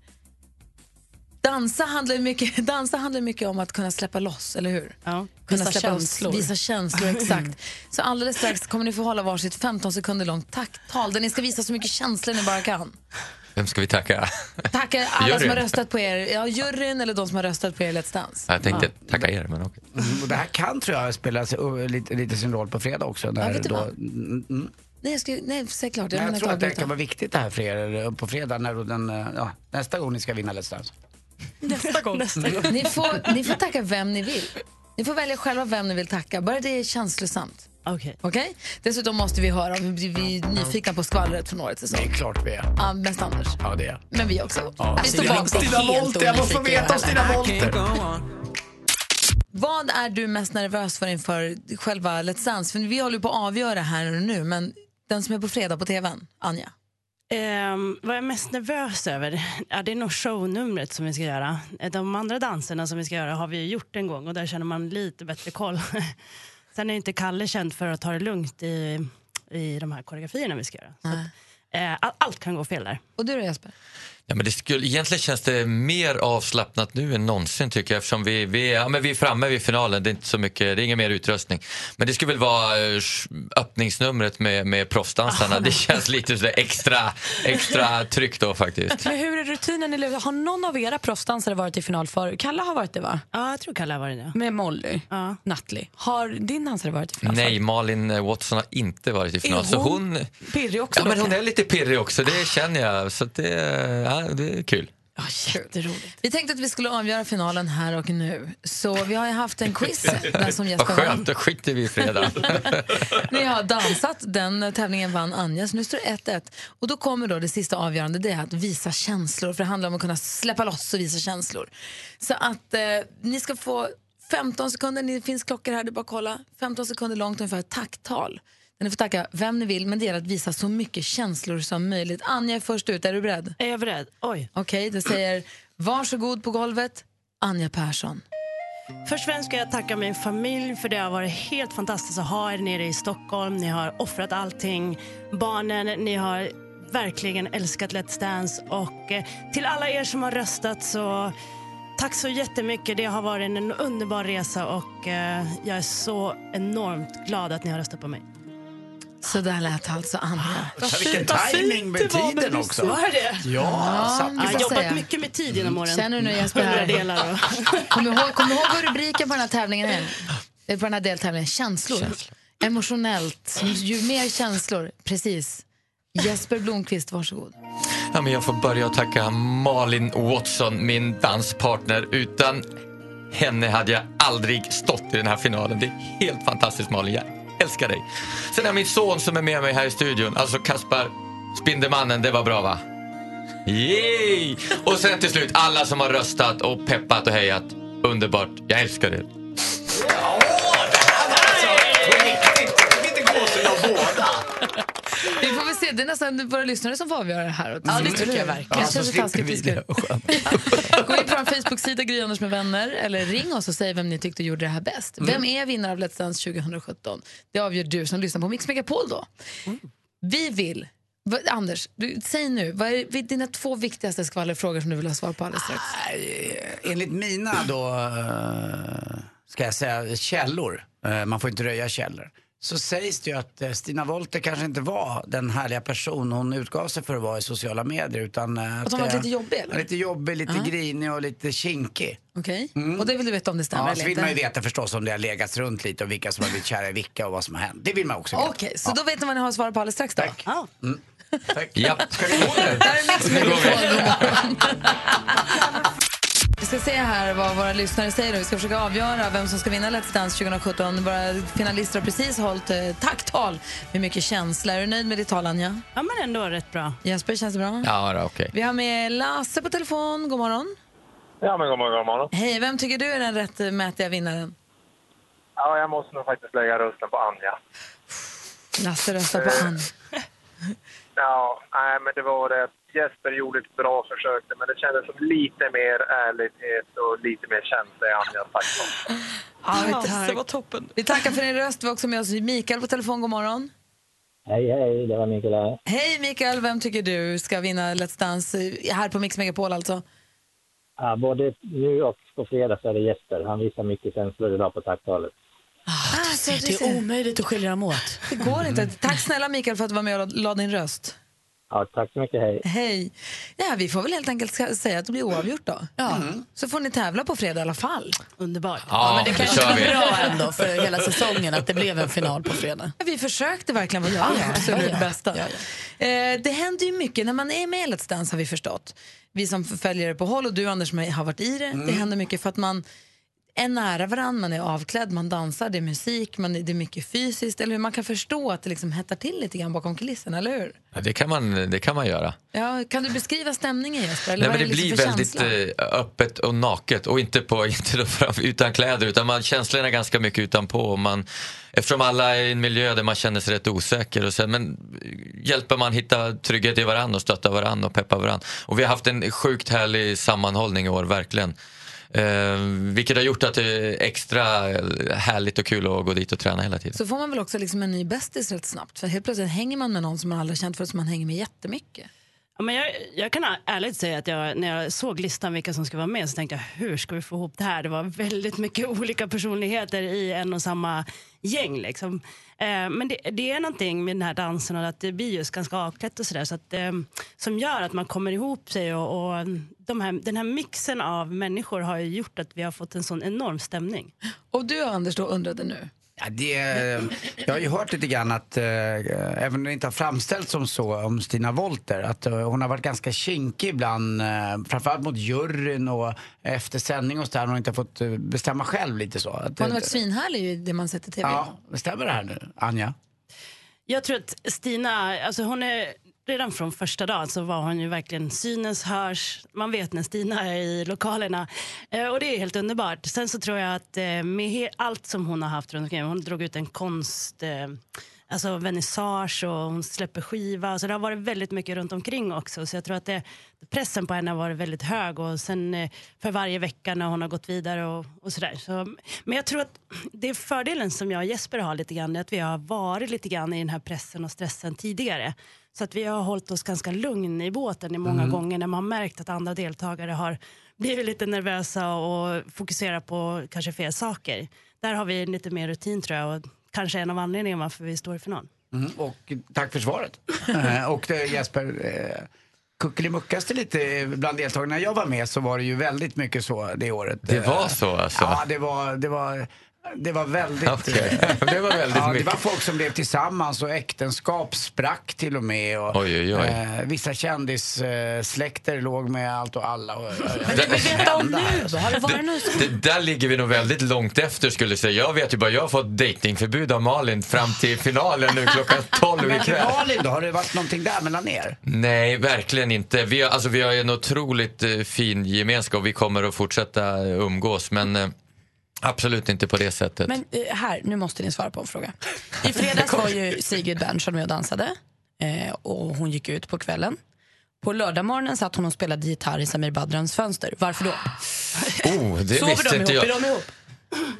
Dansa handlar ju mycket, dansa handlar ju mycket om att kunna släppa loss, eller hur?
Ja.
Kunna
Visa
släppa
känslor.
Loss, visa känslor, exakt. Så alldeles strax kommer ni få hålla varsitt 15 sekunder långt tacktal där ni ska visa så mycket känslor ni bara kan.
Vem ska vi tacka?
Tackar alla som
Juryn.
har röstat på er, ja, juryn eller de som har röstat på er i Let's Dance.
Jag tänkte tacka er, men okej.
Mm, Och det här kan tror jag spela sig- uh, lite, lite sin roll på fredag också. När
Ja, vet du
då,
vad?
Mm, mm.
Nej, jag, skulle, nej, säg klart. Jag,
Men
menar
jag tror
inte
att det
avbryta.
kan vara viktigt det här för er eh, på fredag när då den, eh, ja, nästa gång ni ska vinna Let's Dance.
Nästa gång. Ni, får, ni får tacka vem ni vill. Ni får välja själva vem ni vill tacka, bara det är känslosamt.
Okej.
Dessutom måste vi höra, om vi, vi är nyfikna på skvallret från årets säsong.
Det är klart vi är.
Ja, mest Anders.
Ja, det är
Men vi också.
Ja,
vi står
Stina-
bakom.
Stina
helt
Wollter, jag måste få
onyfikna
veta om Stina
alla.
Wollter.
Vad är du mest nervös för inför själva Let's Dance? För vi håller ju på att avgöra här och nu, men den som är på fredag på tvn, Anja.
Ehm, vad jag är mest nervös över ja, det är nog shownumret som vi ska göra. Eh, De andra danserna som vi ska göra har vi ju gjort en gång och där känner man lite bättre koll. Sen är inte Kalle känd för att ta det lugnt i, i de här koreografierna vi ska göra. Så att, eh, all- allt kan gå fel där.
Och du då Jesper?
Ja, men det skulle, egentligen känns det mer avslappnat nu än någonsin tycker jag eftersom vi, vi, är- ja, men vi är framme vid finalen. Det är, inte så mycket, det är ingen mer utrustning. Men det skulle väl vara eh, sh- öppningsnumret med, med proffsdansarna. det känns lite sådär extra, extra tryck då faktiskt.
Men hur är rutinen i livet? Har någon av era proffsdansare varit i final förut? Kalle har varit det va?
Ja, jag tror Kalle har varit det.
Med Molly Nutley. Har din dansare varit i final?
Nej, Malin eh, Watson har inte varit i final.
Är
Så hon,
Pirrig också
ja,
då,
men hon
kanske?
är lite pirrig också, det känner jag. Så att det, ja, det är kul.
Vi tänkte att vi skulle avgöra finalen här och nu. Så vi har ju haft en quiz. Den som
Vad
Jesper vann.
skönt, då skiter vi i fredag.
Ni har dansat. Den tävlingen vann Anja, så nu står det 1-1. Och då kommer då det sista avgörande, det är att visa känslor. För det handlar om att kunna släppa loss och visa känslor. Så att eh, ni ska få 15 sekunder, det finns klockor här, det är bara att kolla. 15 sekunder långt ungefär, tacktal. Där Ni får tacka vem ni vill, men det gäller att visa så mycket känslor som möjligt. Anja är först ut, är du beredd?
Är jag beredd? Oj.
Okej, det säger varsågod på golvet, Anja Persson.
Först och främst ska jag tacka min familj för det har varit helt fantastiskt att ha er nere i Stockholm. Ni har offrat allting. Barnen, ni har verkligen älskat Let's Dance. Och eh, till alla er som har röstat så tack så jättemycket. Det har varit en underbar resa och eh, jag är så enormt glad att ni har röstat på mig.
Så där lät alltså Anja.
Ah,
Vad fint, vad fint det var med musik. Var det?
Ja, satt vi
jag har
får
jobbat
säga. Mm.
mycket med tid genom åren.
Känner du nu, Jesper?
Hundradelar och...
Kom ihåg, kom ihåg vad rubriken på den här tävlingen är. Eh, På den här deltävlingen. Känslor. Emotionellt. Ju mer känslor. Precis. Jesper Blomqvist, varsågod.
Ja, men jag får börja och tacka Malin Watson, min danspartner. Utan henne hade jag aldrig stått i den här finalen. Det är helt fantastiskt Malin, jag älskar dig. Sen är min son som är med mig här i studion, alltså Kaspar Spindelmannen, det var bra va? Yay! Och sen till slut alla som har röstat och peppat och hejat. Underbart, jag älskar er.
Vi får väl se. Det är nästan våra lyssnare som får avgöra det här. Mm.
Ja, det tycker jag verkligen.
Det känns ju taskigt. Vi ska- Gå in på vår Facebook-sida Gry Anders med vänner eller ring oss och säg vem ni tyckte gjorde det här bäst.
Mm.
Vem är vinnare av Let's Dance 2017? Det avgör du som lyssnar på Mix Megapol då. Vi vill... Va, Anders, du, säg nu, vad är vad är dina två viktigaste skvallerfrågor som du vill ha svar på alldeles strax?
Ah. Eh, Enligt mina då, eh, ska jag säga, källor, eh, man får inte röja källor, så sägs det ju att eh, Stina Wollter kanske inte var den härliga person hon utgav sig för att vara i sociala medier. Utan, eh,
Att hon var
eh,
lite jobbig, eller?
Lite jobbig, lite
Ja.
grinig och lite kinkig.
Okej? Och det vill du veta om det stämmer
Ja, så
eller
vill
inte?
man ju veta förstås om det har legats runt lite och vilka som har blivit kära i vilka och vad som har hänt. Det vill man också veta.
Okej, så då vet ni vad ni har att svara på alldeles strax då. Tack.
Tack. Ja. Ska vi gå nu?
Där är Mix Megapol. God morgon. ska se här vad våra lyssnare säger. och Vi ska försöka avgöra vem som ska vinna Let's Dance 2017. Våra finalister har precis hållit eh, tacktal med mycket känsla. Är du nöjd med ditt tal, Anja?
Ja, men ändå rätt bra.
Jesper, känns det bra?
Ja, då, okej.
Vi har med Lasse på telefon. God morgon.
Ja, men god morgon, god morgon.
Hej, vem tycker du är den rättmätiga vinnaren?
Ja, jag måste nog faktiskt lägga rösten på Anja.
Lasse röstar på Ann.
Ja, nej, men det var det. Jesper gjorde ett bra försök, men det kändes som lite mer ärlighet och lite mer känsla i Anjas tack.
det var toppen. Vi tackar för din röst. Vi har också med oss Mikael på telefon. God morgon.
Hej, hej, det var Mikael här.
Hej Mikael, vem tycker du ska vinna Let's Dance eh, här på Mix Megapol alltså?
Ja, både nu och på fredag så är det Jesper. Han visar mycket känslor idag på tacktalet.
Alltså,
Det är omöjligt att skilja dem åt.
Det går inte. Tack snälla Mikael för att du var med och la din röst.
Ja, tack så mycket, hej.
Hej. Ja, vi får väl helt enkelt ska- säga att det blir oavgjort då. Ja. Så får ni tävla på fredag i alla fall.
Underbart.
Ja, men det
nu
kanske
kör
var
vi.
bra ändå för hela säsongen att det blev en final på fredag.
Ja, Vi försökte verkligen vara göra det absolut bästa. Eh, det händer ju mycket när man är med i Let's Dance har vi förstått. Vi som följer det på håll och du Anders som har varit i det. Det händer mycket för att man är nära varandra, man är avklädd, man dansar, det är musik, man, det är mycket fysiskt. Eller hur? Man kan förstå att det liksom hettar till lite grann bakom kulisserna, eller hur?
Ja, det, kan man, det kan man göra.
Ja, kan du beskriva stämningen Jesper? Eller
Nej, men
vad
det
är liksom
blir
för
väldigt
känsla?
eh, öppet och naket och inte, på, inte då fram, utan kläder utan man, känslorna är ganska mycket utanpå. Och man, eftersom alla är i en miljö där man känner sig rätt osäker och sen, men eh, hjälper man hitta trygghet i varandra och stöttar varandra och peppar varandra. Och vi har haft en sjukt härlig sammanhållning i år, verkligen. Eh, vilket har gjort att det är extra härligt och kul att gå dit och träna hela tiden.
Så får man väl också liksom en ny bästis rätt snabbt. För helt plötsligt hänger man med någon som man aldrig har känt förut, som man hänger med jättemycket.
Ja, men jag, jag kan ärligt säga att jag, när jag såg listan vilka som skulle vara med så tänkte jag hur ska vi få ihop det här? Det var väldigt mycket olika personligheter i en och samma gäng. Liksom. Eh, men det, det är någonting med den här dansen och att det blir just ganska avklätt och sådär så att, eh, som gör att man kommer ihop sig och, och de här, den här mixen av människor har ju gjort att vi har fått en sån enorm stämning.
Och du Anders då undrade nu?
Ja, det, jag har ju hört lite grann att, eh, även om det inte har framställts som så om Stina Wolter, att eh, hon har varit ganska kinkig ibland, eh, framförallt mot juryn och efter sändning och sådär, hon har inte fått eh, bestämma själv lite så. Att, eh,
Hon har varit svinhärlig i det man sett i tv.
Ja, stämmer det här nu, Anja?
Jag tror att Stina, alltså hon är redan från första dagen så var hon ju verkligen synes, hörs, man vet när Stina är i lokalerna. Eh, och det är helt underbart. Sen så tror jag att eh, med he- allt som hon har haft runt omkring, hon drog ut en konst, eh, alltså vernissage och hon släpper skiva. Så det har varit väldigt mycket runt omkring också. Så jag tror att det, pressen på henne har varit väldigt hög och sen eh, för varje vecka när hon har gått vidare och, och sådär. Så, men jag tror att det är fördelen som jag och Jesper har lite grann, är att vi har varit lite grann i den här pressen och stressen tidigare. Så att vi har hållit oss ganska lugn i båten i många
Mm.
gånger när man har märkt att andra deltagare har blivit lite nervösa och fokuserar på kanske fel saker. Där har vi lite mer rutin tror jag och kanske en av anledningarna varför vi står i final.
Mm, och tack för svaret. Eh, och det, Jesper, eh, kuckelimuckas det lite bland deltagarna? När jag var med så var det ju väldigt mycket så det året.
Det
Eh,
var så alltså?
Ja, det var, det var, det var väldigt...
Okej. Det var väldigt
ja, det
mycket.
var folk som blev tillsammans och äktenskap sprack till och med. Och,
Oj, oj, oj.
eh, vissa kändissläkter låg med allt och alla. Och,
Men det vill veta om
nu
då? Har det varit något
Det, där ligger vi nog väldigt långt efter skulle jag säga. Jag vet ju bara, jag har fått dejtingförbud av Malin fram till finalen nu klockan 12
Men
ikväll.
Malin då, har det varit någonting där mellan er?
Nej, verkligen inte. Vi har, alltså, vi har en otroligt eh, fin gemenskap. Vi kommer att fortsätta eh, umgås, men eh, absolut inte på det sättet.
Men eh, här, nu måste ni svara på en fråga. I fredags var ju Sigrid Bernson med och dansade eh, och hon gick ut på kvällen. På lördagmorgonen satt hon och spelade gitarr i Samir Badrans fönster. Varför då?
oh, det
Sover
visste
de
inte
ihop?
jag.
Är de ihop?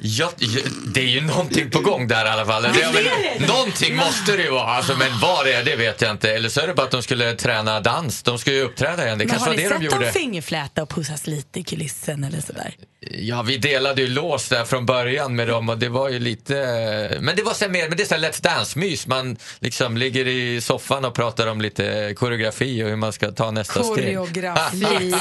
Ja, ja, det är ju någonting på gång där i alla fall. Det är väl, någonting måste det ju vara, alltså, men vad det är det vet jag inte. Eller så är det bara att de skulle träna dans. De ska ju uppträda igen. Det
Men
kanske
har
var
ni
det
sett
de gjorde.
dem fingerfläta och pussas lite i kulissen eller sådär?
Ja, vi delade ju lås där från början med dem och det var ju lite... Men det var sen mer, men det är såhär Let's Dance-mys. Man liksom ligger i soffan och pratar om lite koreografi och hur man ska ta nästa steg.
Koreografi.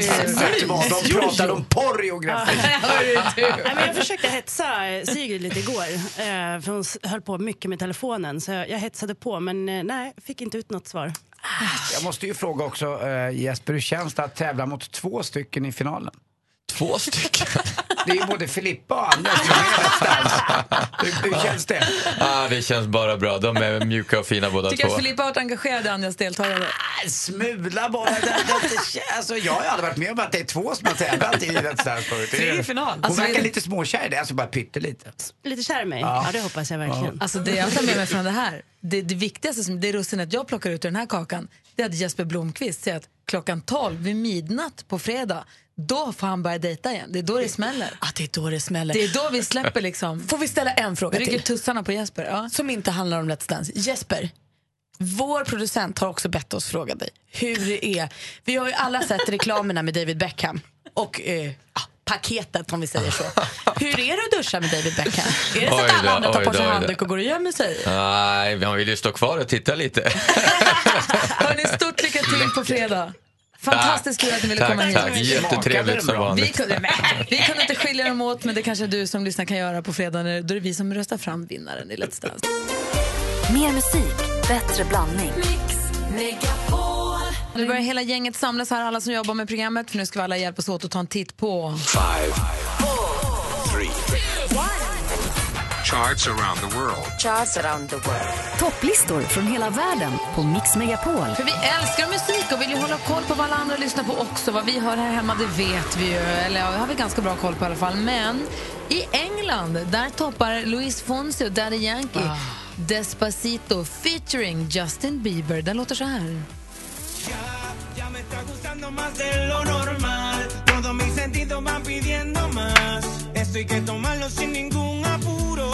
De pratade om pornografi.
Nej, men jag försökte hetsa eh, Sigrid lite igår, eh, för hon s- höll på mycket med telefonen. Så jag jag hetsade på, men eh, nej, fick inte ut något svar.
Jag måste ju fråga också eh, Jesper, hur känns det att tävla mot två stycken i finalen?
Två stycken?
Det är ju både Filippa och Anders som är någonstans. Hur, hur känns det?
Ah, det känns bara bra. De är mjuka och fina båda
Tycker
två.
att Filippa har varit engagerad i Anjas deltagare?
Smula bara. Det, det, det, alltså, jag har ju aldrig varit med om att det är två som har tävlat i Let's Dance förut.
Tre i final.
Hon
Alltså,
verkar
vi-
lite småkär i det, alltså bara pyttelite.
Lite kär i mig? Ja,
Ja.
det hoppas jag verkligen.
Ja.
Alltså det jag tar med mig från det här, det, det viktigaste, som, det russinet jag plockar ut ur den här kakan, det är att Jesper Blomqvist säger att klockan 12 vid midnatt på fredag, då får han börja dejta igen. Det är då det smäller.
Att Ah, det är då det smäller.
Det är då vi släpper liksom.
Får vi ställa en fråga
Rycker
till?
tussarna på Jesper.
Som inte handlar om Let's Dance. Jesper, vår producent har också bett oss fråga dig hur det är. Vi har ju alla sett reklamerna med David Beckham och eh, ah, paketet om vi säger så. Hur är det att duscha med David Beckham? Är det så
Oj
att
då,
alla andra tar
oj
på
då,
sig
oj då.
handduk och går och gömmer sig?
Nej, man vill ju stå kvar och titta lite.
Hörni, stort lycka till på fredag. Fantastiskt kul att ni ville
Tack,
komma hit.
tack. Jättetrevligt som
Vi
vanligt.
kunde, men, vi kunde inte skilja dem åt, men det kanske du som lyssnar kan göra på fredag. när- Då är det vi som röstar fram vinnaren i Let's Dance.
Mer musik, bättre blandning.
Nu börjar hela gänget samlas här, alla som jobbar med programmet, för nu ska vi alla hjälpas åt att ta en titt på...
Five, three. Charts around the world.
Topplistor från hela världen på Mix Megapol.
För vi älskar musik och vill ju hålla koll på vad alla andra lyssnar på också. Vad vi hör här hemma, det vet vi ju. Eller ja, det har vi ganska bra koll på i alla fall. Men i England, där toppar Luis Fonsi och Daddy Yankee Despacito featuring Justin Bieber. Den låter så här.
Todos mis sentidos van pidiendo más. Esto hay que tomarlo sin ningún apuro.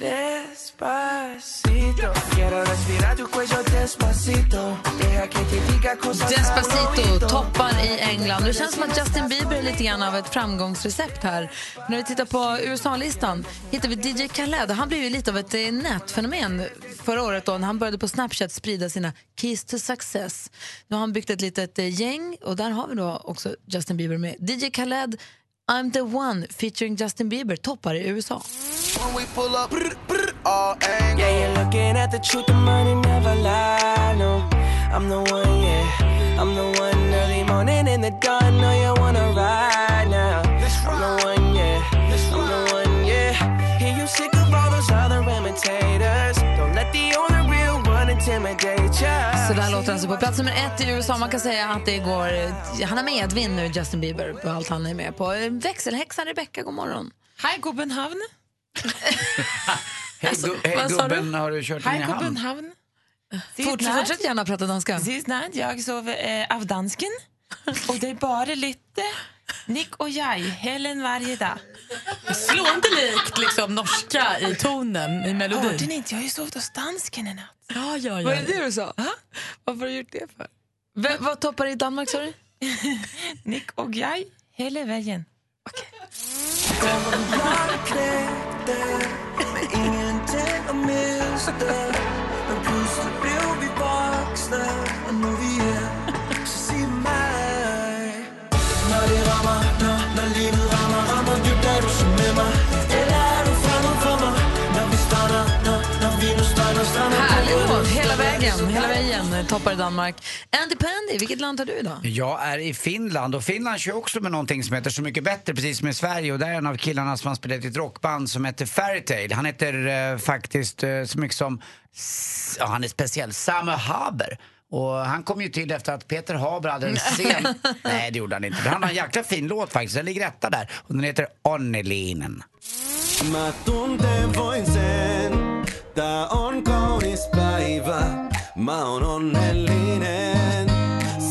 Despacito, quiero respirar tu cuello despacito. Deja que te diga cosas al
Despacito
oído.
toppar i England. Det känns som att Justin Bieber är lite grann av ett framgångsrecept här. När vi tittar på USA-listan hittar vi DJ Khaled. Han blev ju lite av ett eh, nätfenomen förra året då när han började på Snapchat sprida sina keys to success. Nu har han byggt ett litet eh, gäng och där har vi då också Justin Bieber med. DJ Khaled, I'm the one featuring Justin Bieber toppar i USA.
When we pull up, brr, brr, all angles. Yeah, you're looking at the truth, the money never lie. No, I'm the one, yeah. I'm the one early morning in the dawn. No, you wanna ride now. I'm the one, yeah. I'm the one, yeah. Hear you sick of all those other imitators. Don't let the only real one intimidate ya.
Så där låter han så på plats nummer ett i USA. Man kan säga att det går, han har medvind nu, Justin Bieber, på allt han är med på. Växelhäxan Rebecca, god morgon.
Hej Gubbenhavn.
Hej, gu- hej
vad sa
gubben, har du kört in i
Hej
hamn?
Gubbenhavn.
Fortsätt, fortsätt gärna prata danska.
Sist natt jag sov eh, av dansken och det är bara lite Nick och jag, Helen varje dag.
Slående likt liksom norska i tonen, i melodin.
Hörde ni inte? Jag har ju sovit hos dansken i natt.
Ja, ja, ja.
Vad är det du sa? Varför har du gjort det för? V- vad toppar i Danmark, sa du?
Nick och jag, hela vägen.
Jag kläckte med ingenting att mista Men plötsligt blev vi vuxna och nu vi är Så se mig När det ramar, när, när livet ramar Ramar djupt är du som med mig Eller är du framför mig När vi stannar, när, när vi nu stannar Stannar
Härlig låt, hela vägen, hela vägen toppar i Danmark. Andy Pandy, vilket land tar du idag?
Jag är i Finland och Finland kör också med någonting som heter Så mycket bättre, precis som i Sverige. Och där är en av killarna som har spelat i ett rockband som heter Fairytale. Han heter eh, faktiskt eh, så mycket som, S- ja han är speciell, Samu Haber. Och han kom ju till efter att Peter Haber hade en scen. Nej det gjorde han inte. Men han har en jäkla fin låt faktiskt. Den ligger etta där. Och den heter Onnelinen.
Mä tunteen voin sen, tää on kaunis päivä. Mä oon onnellinen.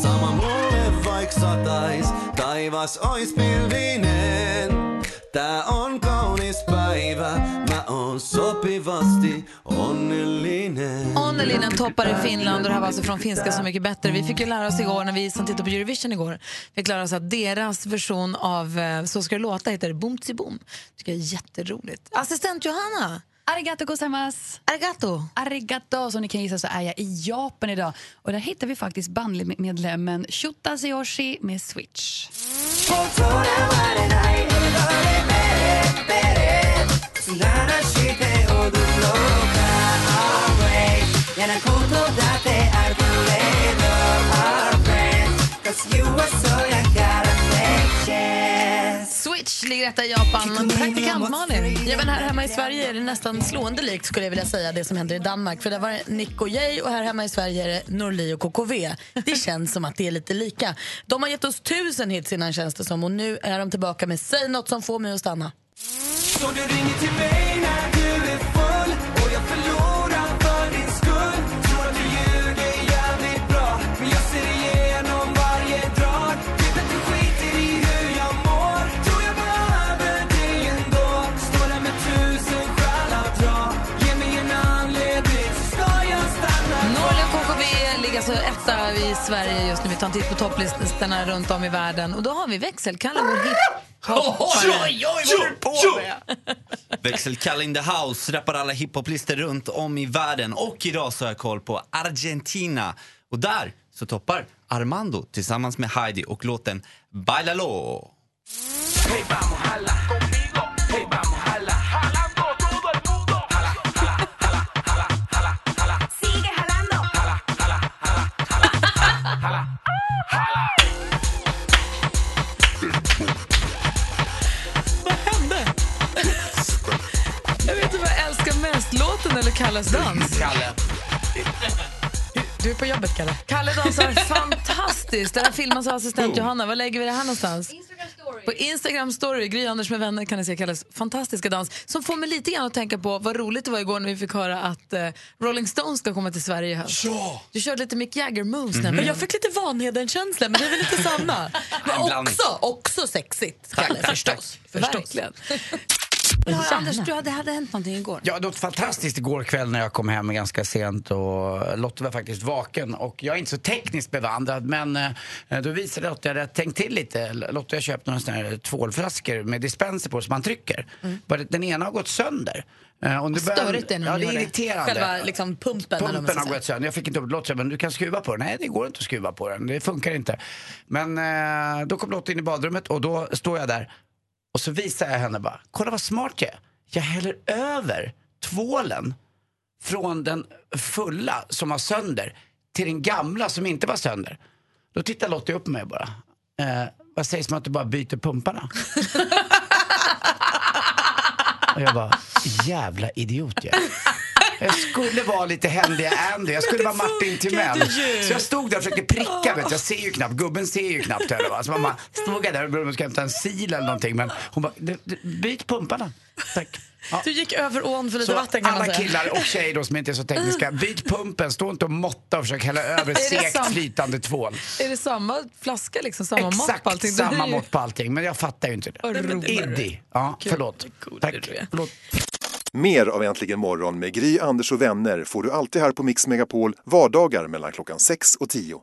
Sama mulle vaik satais, taivas ois pilvinen. Tää on kaunis päivä, mä oon sopivasti onnellinen.
Onnelinen toppar i Finland och det här var alltså från finska Så mycket bättre. Vi fick ju lära oss igår när vi som tittade på Eurovision igår, fick lära oss att deras version av eh, Så ska det låta heter Boomtsi Boom. tycker jag är jätteroligt. Assistent Johanna!
Arigato gozaimasu.
Arigato.
Arigato. Som ni kan gissa så är jag i Japan idag. Och där hittar vi faktiskt bandmedlemmen Shota Seyoshi med Switch.
Cause you were so young, got affection
ligger etta i Japan. Praktikant Malin.
Ja, men här hemma i Sverige är det nästan slående likt skulle jag vilja säga det som händer i Danmark. För där var det Nick och Jay och här hemma i Sverige är det Norli och KKV. Det känns som att det är lite lika. De har gett oss tusen hits innan känns det som och nu är de tillbaka med Säg något som får mig att stanna.
Så du ringer till mig när du är full och jag förlorar för din skull. Tror att du ljuger jävligt bra, men jag ser igenom varje drag. Vet att du skiter i hur jag mår. Tror jag behöver dig ändå. Står där med tusen skäl att dra. Ge mig en anledning, så ska jag stanna kvar.
Norli och KKV ligger alltså etta i Sverige just nu. Vi tar en titt på topplistorna runt om i världen. Och då har vi växelkalle, vår hiphoppare.
Växelkalle in the house rappar alla hiphoplistor runt om i världen. Och idag så har jag koll på Argentina. Och där så toppar Armando tillsammans med Heidi och låten Bailalo.
Jag vet inte vad jag älskar mest, låten eller Kalles dans?
Kalle.
Du är på jobbet, Kalle.
Kalle dansar fantastiskt. Det här filmas av
Oh.
assistent Johanna. Var lägger vi det här någonstans? På Instagram story, Gry Anders med vänner kan ni se Kalles fantastiska dans som får mig lite grann att tänka på vad roligt det var igår när vi fick höra att eh, Rolling Stones ska komma till Sverige i höst.
Ja!
Du körde lite Mick Jagger-moves
Mhm.
nämligen.
Jag fick lite Vanheden-känsla, men det är väl lite samma. Men också, också sexigt, Kalle, förstås.
Verkligen. Anders, du hade, hade hänt någonting igår.
Ja, något fantastiskt igår kväll när jag kom hem ganska sent och Lotta var faktiskt vaken och jag är inte så tekniskt bevandrad men eh, då visade Lotta att jag hade tänkt till lite. Lotta jag köpte några sådana här tvålflaskor med dispenser på som man trycker. Bara Den ena har gått sönder. Eh, Och nu börjar-
Mm. Störigt är när
Ja,
de
det är
gör
irriterande.
Själva liksom, pumpen. eller vad man
Pumpen
ska
har
säga.
gått sönder. Jag fick inte upp Lotta men du kan skruva på den. Nej, det går inte att skruva på den. Det funkar inte. Men eh, då kom Lotta in i badrummet och då står jag där och så visar jag henne bara. Kolla vad smart jag är. Jag häller över tvålen från den fulla som var sönder till den gamla som inte var sönder. Då tittar Lotta upp på mig bara. Eh, vad sägs om att du bara byter pumparna? och jag bara, jävla idiot jag är." Jag skulle vara lite händiga Andy, jag skulle vara Martin Timell. Så jag stod där och försökte pricka,
Ah.
vet, du. jag ser ju knappt, gubben ser ju knappt heller. va. Så mamma stod jag där och började hämta en sil eller någonting. Men hon bara, "Du- du, byt pumparna. Tack. Ja.
Du gick över ån för lite
Så
vatten kan man
alla
säga.
killar och tjejer då som inte är så tekniska, byt pumpen, stå inte och måtta och försök hälla över
det
segt
sant?
flytande tvål.
Är det samma flaska liksom? Samma mått på allting?
Exakt
Det är
samma
ju-
mått på allting, men jag fattar ju inte det.
Vad roligt.
Iddi. Ja, förlåt. Tack. Förlåt.
Mer av Äntligen morgon med Gry, Anders och vänner får du alltid här på Mix Megapol vardagar mellan klockan 6 och 10.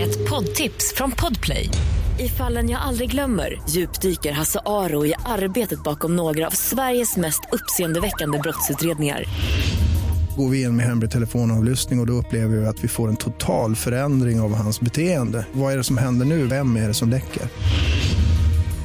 Ett poddtips från Podplay. I fallen jag aldrig glömmer djupdyker Hasse Aro i arbetet bakom några av Sveriges mest uppseendeväckande brottsutredningar.
Går vi in med hemlig telefonavlyssning och, och då upplever vi att vi får en total förändring av hans beteende. Vad är det som händer nu? Vem är det som läcker?